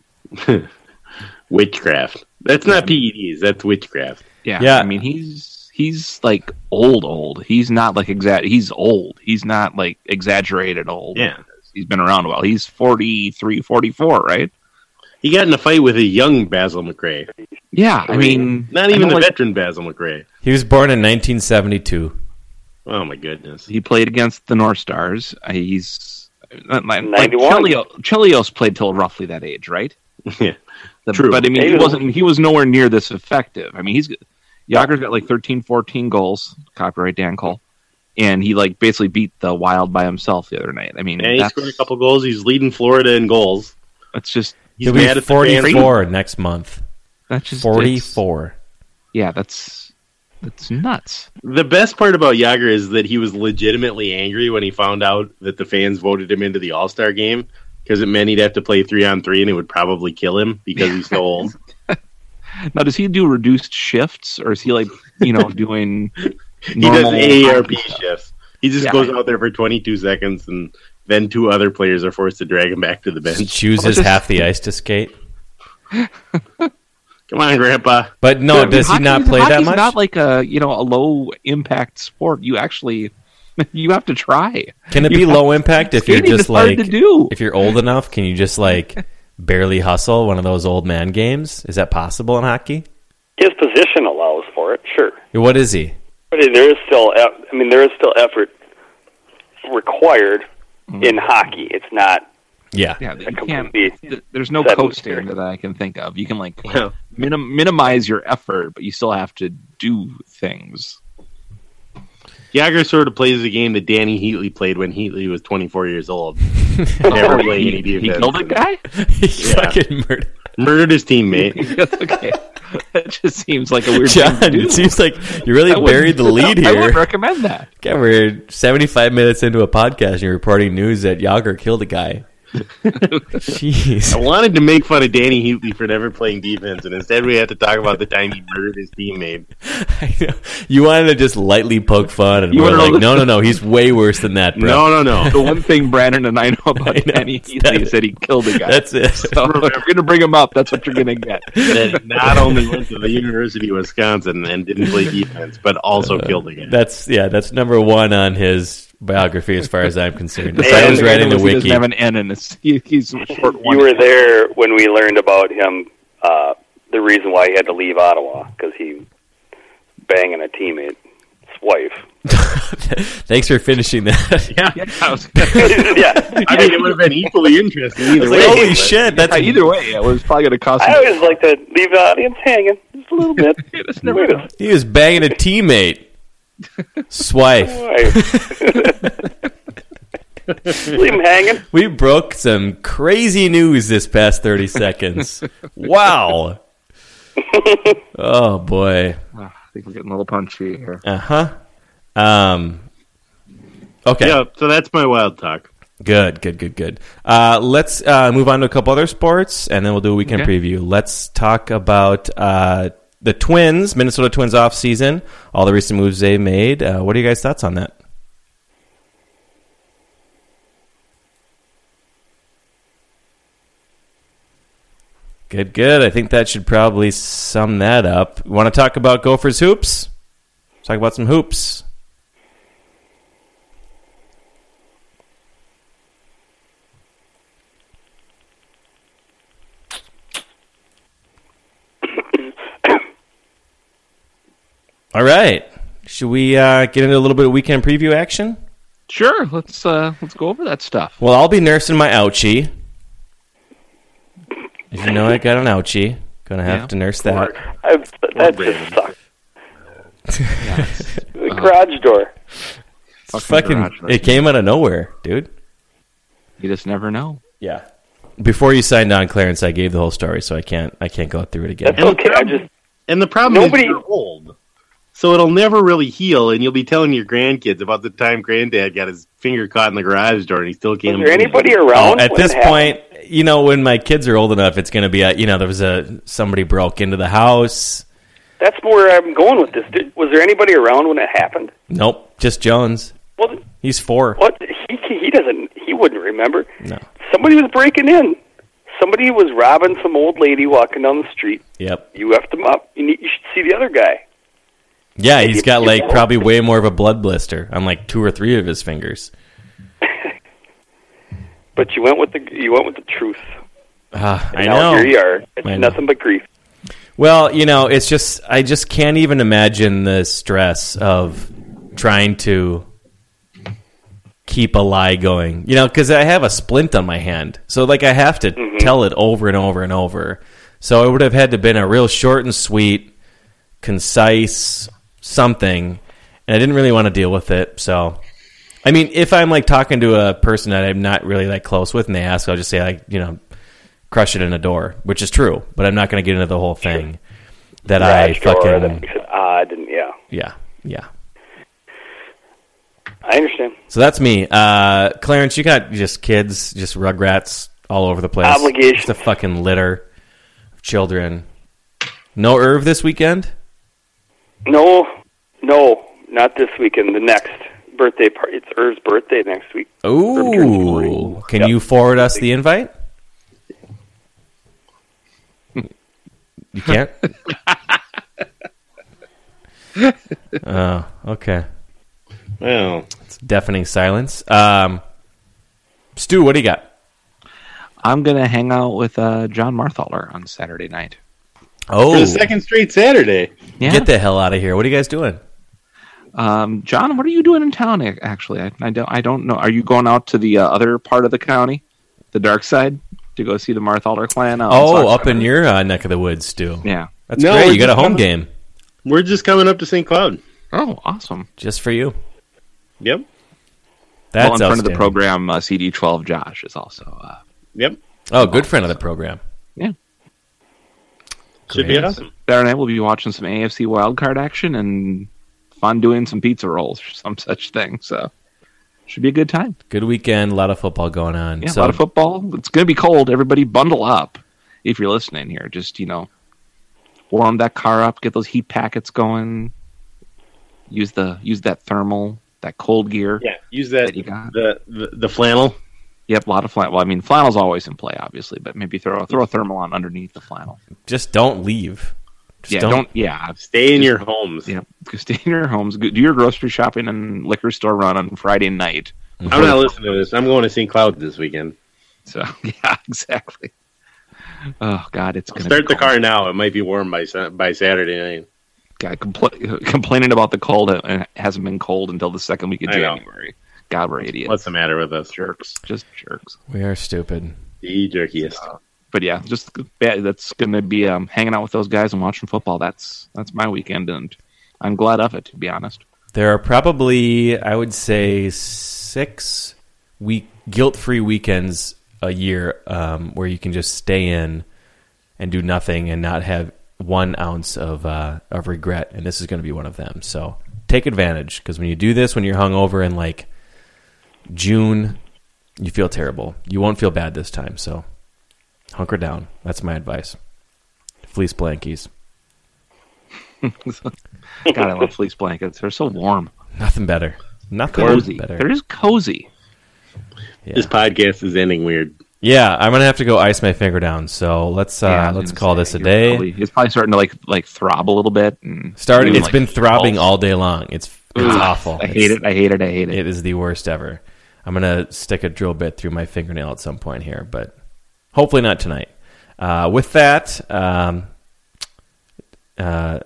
[SPEAKER 4] witchcraft. That's not PEDs. That's witchcraft.
[SPEAKER 5] Yeah,
[SPEAKER 3] Yeah.
[SPEAKER 5] I mean, he's he's like old, old. He's not like exact. He's old. He's not like exaggerated old.
[SPEAKER 4] Yeah.
[SPEAKER 5] he's been around a while. He's 43, 44, right?
[SPEAKER 4] He got in a fight with a young Basil McRae.
[SPEAKER 5] Yeah, I mean,
[SPEAKER 4] not
[SPEAKER 5] I
[SPEAKER 4] even
[SPEAKER 5] know,
[SPEAKER 4] the
[SPEAKER 5] like,
[SPEAKER 4] veteran Basil McRae.
[SPEAKER 3] He was born in 1972.
[SPEAKER 4] Oh my goodness.
[SPEAKER 5] He played against the North Stars. Uh, He's like, like
[SPEAKER 6] 91.
[SPEAKER 5] Chelio, Chelios played till roughly that age, right?
[SPEAKER 4] Yeah.
[SPEAKER 5] The-
[SPEAKER 4] True.
[SPEAKER 5] But I mean,
[SPEAKER 6] Maybe
[SPEAKER 5] he
[SPEAKER 6] the-
[SPEAKER 5] wasn't. He was nowhere near this effective. I mean, he's Yager's got like 13, 14 goals. Copyright Dan Cole, and he like basically beat the Wild by himself the other night. I mean,
[SPEAKER 4] And he
[SPEAKER 5] that's,
[SPEAKER 4] scored a couple goals. He's leading Florida in goals.
[SPEAKER 5] that's just
[SPEAKER 4] He's
[SPEAKER 3] He'll be
[SPEAKER 4] mad at the fans.
[SPEAKER 3] 44 next month.
[SPEAKER 5] that's just it's-
[SPEAKER 3] 44.
[SPEAKER 5] Yeah, that's that's nuts.
[SPEAKER 4] The best part about Yager is that he was legitimately angry when he found out that the fans voted him into the All Star game because it meant he'd have to play three on three and it would probably kill him because he's so old.
[SPEAKER 5] Now, does he do reduced shifts, or is he like you know doing?
[SPEAKER 4] he does E AARP shifts. He just
[SPEAKER 5] Yeah.
[SPEAKER 4] goes out there for 22 seconds and then two other players are forced to drag him back to the
[SPEAKER 3] Just
[SPEAKER 4] bench.
[SPEAKER 3] chooses
[SPEAKER 5] just-
[SPEAKER 3] half the ice to skate.
[SPEAKER 4] Come on, Grandpa.
[SPEAKER 3] But no,
[SPEAKER 5] I mean,
[SPEAKER 3] does he
[SPEAKER 5] hockey-
[SPEAKER 3] not play that
[SPEAKER 5] hockey's
[SPEAKER 3] much?
[SPEAKER 5] Not like a you know a low impact sport. You actually you have to try.
[SPEAKER 3] Can it
[SPEAKER 5] you
[SPEAKER 3] be
[SPEAKER 5] have-
[SPEAKER 3] low impact if you're
[SPEAKER 5] skating
[SPEAKER 3] just
[SPEAKER 5] is hard
[SPEAKER 3] like
[SPEAKER 5] to do.
[SPEAKER 3] if you're old enough? Can you just like barely hustle one of those old man games? Is that possible in hockey?
[SPEAKER 6] His position allows for it, sure.
[SPEAKER 3] What is he?
[SPEAKER 6] But there is still, eff- I mean, there is still effort required in hockey. It's not
[SPEAKER 3] Yeah,
[SPEAKER 5] Yeah, you can't,
[SPEAKER 6] completely
[SPEAKER 5] th- there's no
[SPEAKER 6] seven
[SPEAKER 5] coach
[SPEAKER 6] series.
[SPEAKER 5] standard that I can think of. You can like
[SPEAKER 4] Yeah.
[SPEAKER 5] minim- minimize your effort, but you still have to do things.
[SPEAKER 4] Yager sort of plays the game that Danny Heatley played when Heatley was 24 years old. Never played any
[SPEAKER 5] He
[SPEAKER 4] defense.
[SPEAKER 5] killed a guy.
[SPEAKER 3] he fucking murdered
[SPEAKER 4] Murdered his teammate.
[SPEAKER 5] Yes, okay, that just seems like a weird thing to
[SPEAKER 3] John.
[SPEAKER 5] do.
[SPEAKER 3] It seems like you really
[SPEAKER 5] I wouldn't-
[SPEAKER 3] buried the lead
[SPEAKER 5] I would
[SPEAKER 3] here.
[SPEAKER 5] recommend that.
[SPEAKER 3] God, we're 75 minutes into a podcast and you're reporting news that Yager killed a guy. Jeez.
[SPEAKER 4] I wanted to make fun of Danny Heatley for never playing defense, and instead we had to talk about the time he murdered his teammate.
[SPEAKER 3] I know. You wanted to just lightly poke fun, and
[SPEAKER 5] You
[SPEAKER 3] we're
[SPEAKER 5] wanna know
[SPEAKER 3] like,
[SPEAKER 5] the-
[SPEAKER 3] no, no, no, he's way worse than that, bro.
[SPEAKER 4] No, no,
[SPEAKER 5] The
[SPEAKER 4] no.
[SPEAKER 5] one thing Brandon and I know about
[SPEAKER 3] I know,
[SPEAKER 5] Danny
[SPEAKER 3] it's that-
[SPEAKER 5] Heatley is that he killed a guy.
[SPEAKER 3] That's it.
[SPEAKER 5] so if you're going to bring him up. That's what you're going to get.
[SPEAKER 4] that not only went to the University of Uh, Wisconsin and didn't play defense, but also killed a guy.
[SPEAKER 3] That's yeah. That's number one on his biography, as far as I'm concerned.
[SPEAKER 7] And-
[SPEAKER 3] So I was writing the
[SPEAKER 5] He doesn't
[SPEAKER 3] wiki.
[SPEAKER 5] have an N in his. He, he's a short one.
[SPEAKER 7] You were there when we learned about him, uh, the reason why he had to leave Ottawa, because he banging a teammate's wife.
[SPEAKER 3] Thanks for finishing that.
[SPEAKER 4] Yeah.
[SPEAKER 5] Yeah, I was-
[SPEAKER 7] yeah.
[SPEAKER 4] I mean, it would have been equally interesting either way.
[SPEAKER 3] Holy
[SPEAKER 4] but-
[SPEAKER 3] shit! That's
[SPEAKER 5] Either way, it was probably going to cost
[SPEAKER 7] I
[SPEAKER 5] him.
[SPEAKER 7] always like to leave the audience hanging just a little bit.
[SPEAKER 5] It's never
[SPEAKER 7] Wait a
[SPEAKER 5] know.
[SPEAKER 3] he was banging a teammate. Swife.
[SPEAKER 7] wife. Leave him hanging.
[SPEAKER 3] We broke some crazy news this past 30 seconds. Wow. Oh boy.
[SPEAKER 5] Ah, I think we're getting a little punchy here.
[SPEAKER 3] Uh-huh. Um Okay.
[SPEAKER 4] Yeah, so that's my wild talk.
[SPEAKER 3] Good, good, good, good. Uh, let's uh, move on to a couple other sports, and then we'll do a weekend
[SPEAKER 5] Okay.
[SPEAKER 3] preview. Let's talk about uh, the Twins, Minnesota Twins off season, all the recent moves they made. Uh, what are you guys' thoughts on that? Good, good. I think that should probably sum that up. Want to talk about Gophers hoops? Let's talk about some hoops. All right. Should we uh, get into a little bit of weekend preview action?
[SPEAKER 5] Sure, let's uh, let's go over that stuff.
[SPEAKER 3] Well, I'll be nursing my ouchie. If you know I got an ouchie, gonna have
[SPEAKER 5] Yeah.
[SPEAKER 3] to nurse that.
[SPEAKER 7] I, that just sucks. the
[SPEAKER 3] Uh-huh.
[SPEAKER 7] garage door.
[SPEAKER 3] It's fucking,
[SPEAKER 5] garage,
[SPEAKER 3] it
[SPEAKER 5] that's-
[SPEAKER 3] came out of nowhere, dude.
[SPEAKER 5] You just never know.
[SPEAKER 3] Yeah. Before you signed on, Clarence, I gave the whole story, so I can't, I can't go through it again.
[SPEAKER 7] That's okay. I just
[SPEAKER 4] And the problem
[SPEAKER 7] Nobody-
[SPEAKER 4] is you're old. So it'll never really heal, and you'll be telling your grandkids about the time granddad got his finger caught in the garage door and he still
[SPEAKER 7] was
[SPEAKER 4] can't.
[SPEAKER 7] there
[SPEAKER 4] believe it.
[SPEAKER 7] anybody around? when
[SPEAKER 3] at
[SPEAKER 7] it
[SPEAKER 3] this
[SPEAKER 7] happened?
[SPEAKER 3] point, you know, when my kids are old enough, it's gonna be a, you know, there was a somebody broke into the house.
[SPEAKER 7] that's where I'm going with this. Did, was there anybody around when it happened?
[SPEAKER 3] Nope, just Jones.
[SPEAKER 7] Well,
[SPEAKER 3] He's four.
[SPEAKER 7] what he he doesn't he wouldn't remember.
[SPEAKER 3] No.
[SPEAKER 7] Somebody was breaking in. Somebody was robbing some old lady walking down the street.
[SPEAKER 3] Yep.
[SPEAKER 7] You effed him up. You need, you should see the other guy.
[SPEAKER 3] Yeah, he's got like probably way more of a blood blister on like two or three of his fingers.
[SPEAKER 7] But you went with the you went with the truth.
[SPEAKER 3] Ah, I
[SPEAKER 7] And now
[SPEAKER 3] know.
[SPEAKER 7] Here you are. It's
[SPEAKER 3] I know.
[SPEAKER 7] nothing but grief.
[SPEAKER 3] Well, you know, it's just I just can't even imagine the stress of trying to keep a lie going. You know, because I have a splint on my hand, so like I have to tell it over and over and over. So it would have had to been a real short and sweet, concise something, and I didn't really want to deal with it. So, I mean, if I'm like talking to a person that I'm not really like close with, and they ask, I'll just say like, you know, crush it in a door, which is true, but I'm not going to get into the whole thing that I
[SPEAKER 7] Garage door, that
[SPEAKER 3] fucking
[SPEAKER 7] makes it odd and yeah.
[SPEAKER 3] yeah yeah.
[SPEAKER 7] I understand.
[SPEAKER 3] So that's me, uh, Clarence. You got just kids, just rugrats all over the place.
[SPEAKER 7] Obligation.
[SPEAKER 3] Just a fucking litter of children. No Irv this weekend.
[SPEAKER 7] No, no, not this weekend. The next birthday party. It's Irv's birthday next week.
[SPEAKER 3] Ooh, can
[SPEAKER 7] Yep.
[SPEAKER 3] you forward us the invite? You can't. oh, okay.
[SPEAKER 4] Well,
[SPEAKER 3] deafening silence. Um, Stu, what do you got?
[SPEAKER 5] I'm gonna hang out with uh, John Marthaler on Saturday night.
[SPEAKER 4] for
[SPEAKER 3] Oh,
[SPEAKER 4] the second straight Saturday.
[SPEAKER 5] Yeah,
[SPEAKER 3] get the hell out of here! What are you guys doing?
[SPEAKER 5] um, John, what are you doing in town? ac- Actually, I, I don't. I don't know. Are you going out to the uh, other part of the county, the dark side, to go see the Marthaler clan? out in
[SPEAKER 3] Oh,
[SPEAKER 5] Sauk
[SPEAKER 3] up in
[SPEAKER 5] Center?
[SPEAKER 3] your uh, neck of the woods, Stu.
[SPEAKER 5] yeah.
[SPEAKER 3] That's
[SPEAKER 4] No,
[SPEAKER 3] great.
[SPEAKER 4] we're
[SPEAKER 3] You got a
[SPEAKER 4] just
[SPEAKER 3] home
[SPEAKER 4] coming-
[SPEAKER 3] game
[SPEAKER 4] We're just coming up to St. Cloud.
[SPEAKER 5] Oh, awesome.
[SPEAKER 3] just for you.
[SPEAKER 4] Yep.
[SPEAKER 3] That's
[SPEAKER 5] well, in front of the
[SPEAKER 3] outstanding.
[SPEAKER 5] program, uh, CD12 Josh is also. Uh,
[SPEAKER 4] Yep.
[SPEAKER 3] Oh, good friend of the program.
[SPEAKER 5] yeah.
[SPEAKER 4] Should be
[SPEAKER 3] Great.
[SPEAKER 4] awesome.
[SPEAKER 5] Saturday night we'll be watching some AFC wildcard action and fun doing some pizza rolls or some such thing. So should be a good time.
[SPEAKER 3] Good weekend. A lot of football going on.
[SPEAKER 5] Yeah,
[SPEAKER 3] so
[SPEAKER 5] a lot of football. It's gonna be cold. Everybody bundle up if you're listening here. Just, you know, warm that car up, get those heat packets going. Use the use that thermal, that cold gear.
[SPEAKER 4] Yeah. Use that
[SPEAKER 5] That you got.
[SPEAKER 4] the, the the flannel.
[SPEAKER 5] Yep, a lot of flannel. Well, I mean flannel's always in play, obviously, but maybe throw throw a thermal on underneath the flannel.
[SPEAKER 3] just don't leave. Just
[SPEAKER 5] yeah,
[SPEAKER 3] don't-
[SPEAKER 5] don't, yeah,
[SPEAKER 4] Stay in your homes.
[SPEAKER 5] yeah. Stay in your homes. Go- Do your grocery shopping and liquor store run on Friday night.
[SPEAKER 4] I'm not listening to this. I'm going to St. Cloud this weekend.
[SPEAKER 5] So yeah, exactly. Oh God, it's gonna
[SPEAKER 4] Start
[SPEAKER 5] be
[SPEAKER 4] the
[SPEAKER 5] cold.
[SPEAKER 4] car now. It might be warm by Sa- by Saturday night.
[SPEAKER 5] God, compl- complaining about the cold uh, and it hasn't been cold until the second week of
[SPEAKER 4] I know.
[SPEAKER 5] January. God, we're idiots.
[SPEAKER 4] What's the matter with us?
[SPEAKER 5] jerks? Just jerks.
[SPEAKER 3] We are stupid.
[SPEAKER 4] The
[SPEAKER 5] Oh,
[SPEAKER 4] jerkiest.
[SPEAKER 5] But yeah, just yeah, that's going to be um, hanging out with those guys and watching football. That's that's my weekend, and I'm glad of it. To be honest,
[SPEAKER 3] There are probably, I would say, six week guilt-free weekends a year um, where you can just stay in and do nothing and not have one ounce of uh, of regret. And this is going to be one of them. So take advantage because when you do this, when you're hungover in like June, you feel terrible. You won't feel bad this time. So hunker down. That's my advice. Fleece blankies.
[SPEAKER 5] God, I love fleece blankets. They're so warm,
[SPEAKER 3] Nothing better. Nothing
[SPEAKER 5] cozy.
[SPEAKER 3] better.
[SPEAKER 5] They're just cozy.
[SPEAKER 4] This podcast is ending weird.
[SPEAKER 3] Yeah, I'm gonna have to go ice my finger down. So let's uh,
[SPEAKER 5] Yeah, I was
[SPEAKER 3] let's
[SPEAKER 5] gonna
[SPEAKER 3] call
[SPEAKER 5] say,
[SPEAKER 3] this a
[SPEAKER 5] you're
[SPEAKER 3] day.
[SPEAKER 5] probably- it's probably starting to like like throb a little bit. And
[SPEAKER 3] Started.
[SPEAKER 5] Even,
[SPEAKER 3] It's
[SPEAKER 5] like,
[SPEAKER 3] been throbbing
[SPEAKER 5] pulse.
[SPEAKER 3] all day long. It's it's awful.
[SPEAKER 5] I hate
[SPEAKER 3] It's-
[SPEAKER 5] it. I hate it. I hate it.
[SPEAKER 3] It is the worst ever. I'm gonna stick a drill bit through my fingernail at some point here, but hopefully not tonight. Uh, with that, um, uh,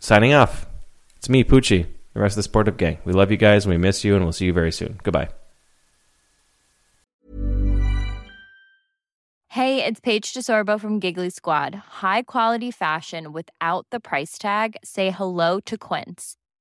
[SPEAKER 3] signing off. It's me, Poochie. The rest of the sportive gang. We love you guys. and We miss you, and we'll see you very soon. Goodbye.
[SPEAKER 1] Hey, it's Paige DeSorbo from Giggly Squad. High quality fashion without the price tag. Say hello to Quince.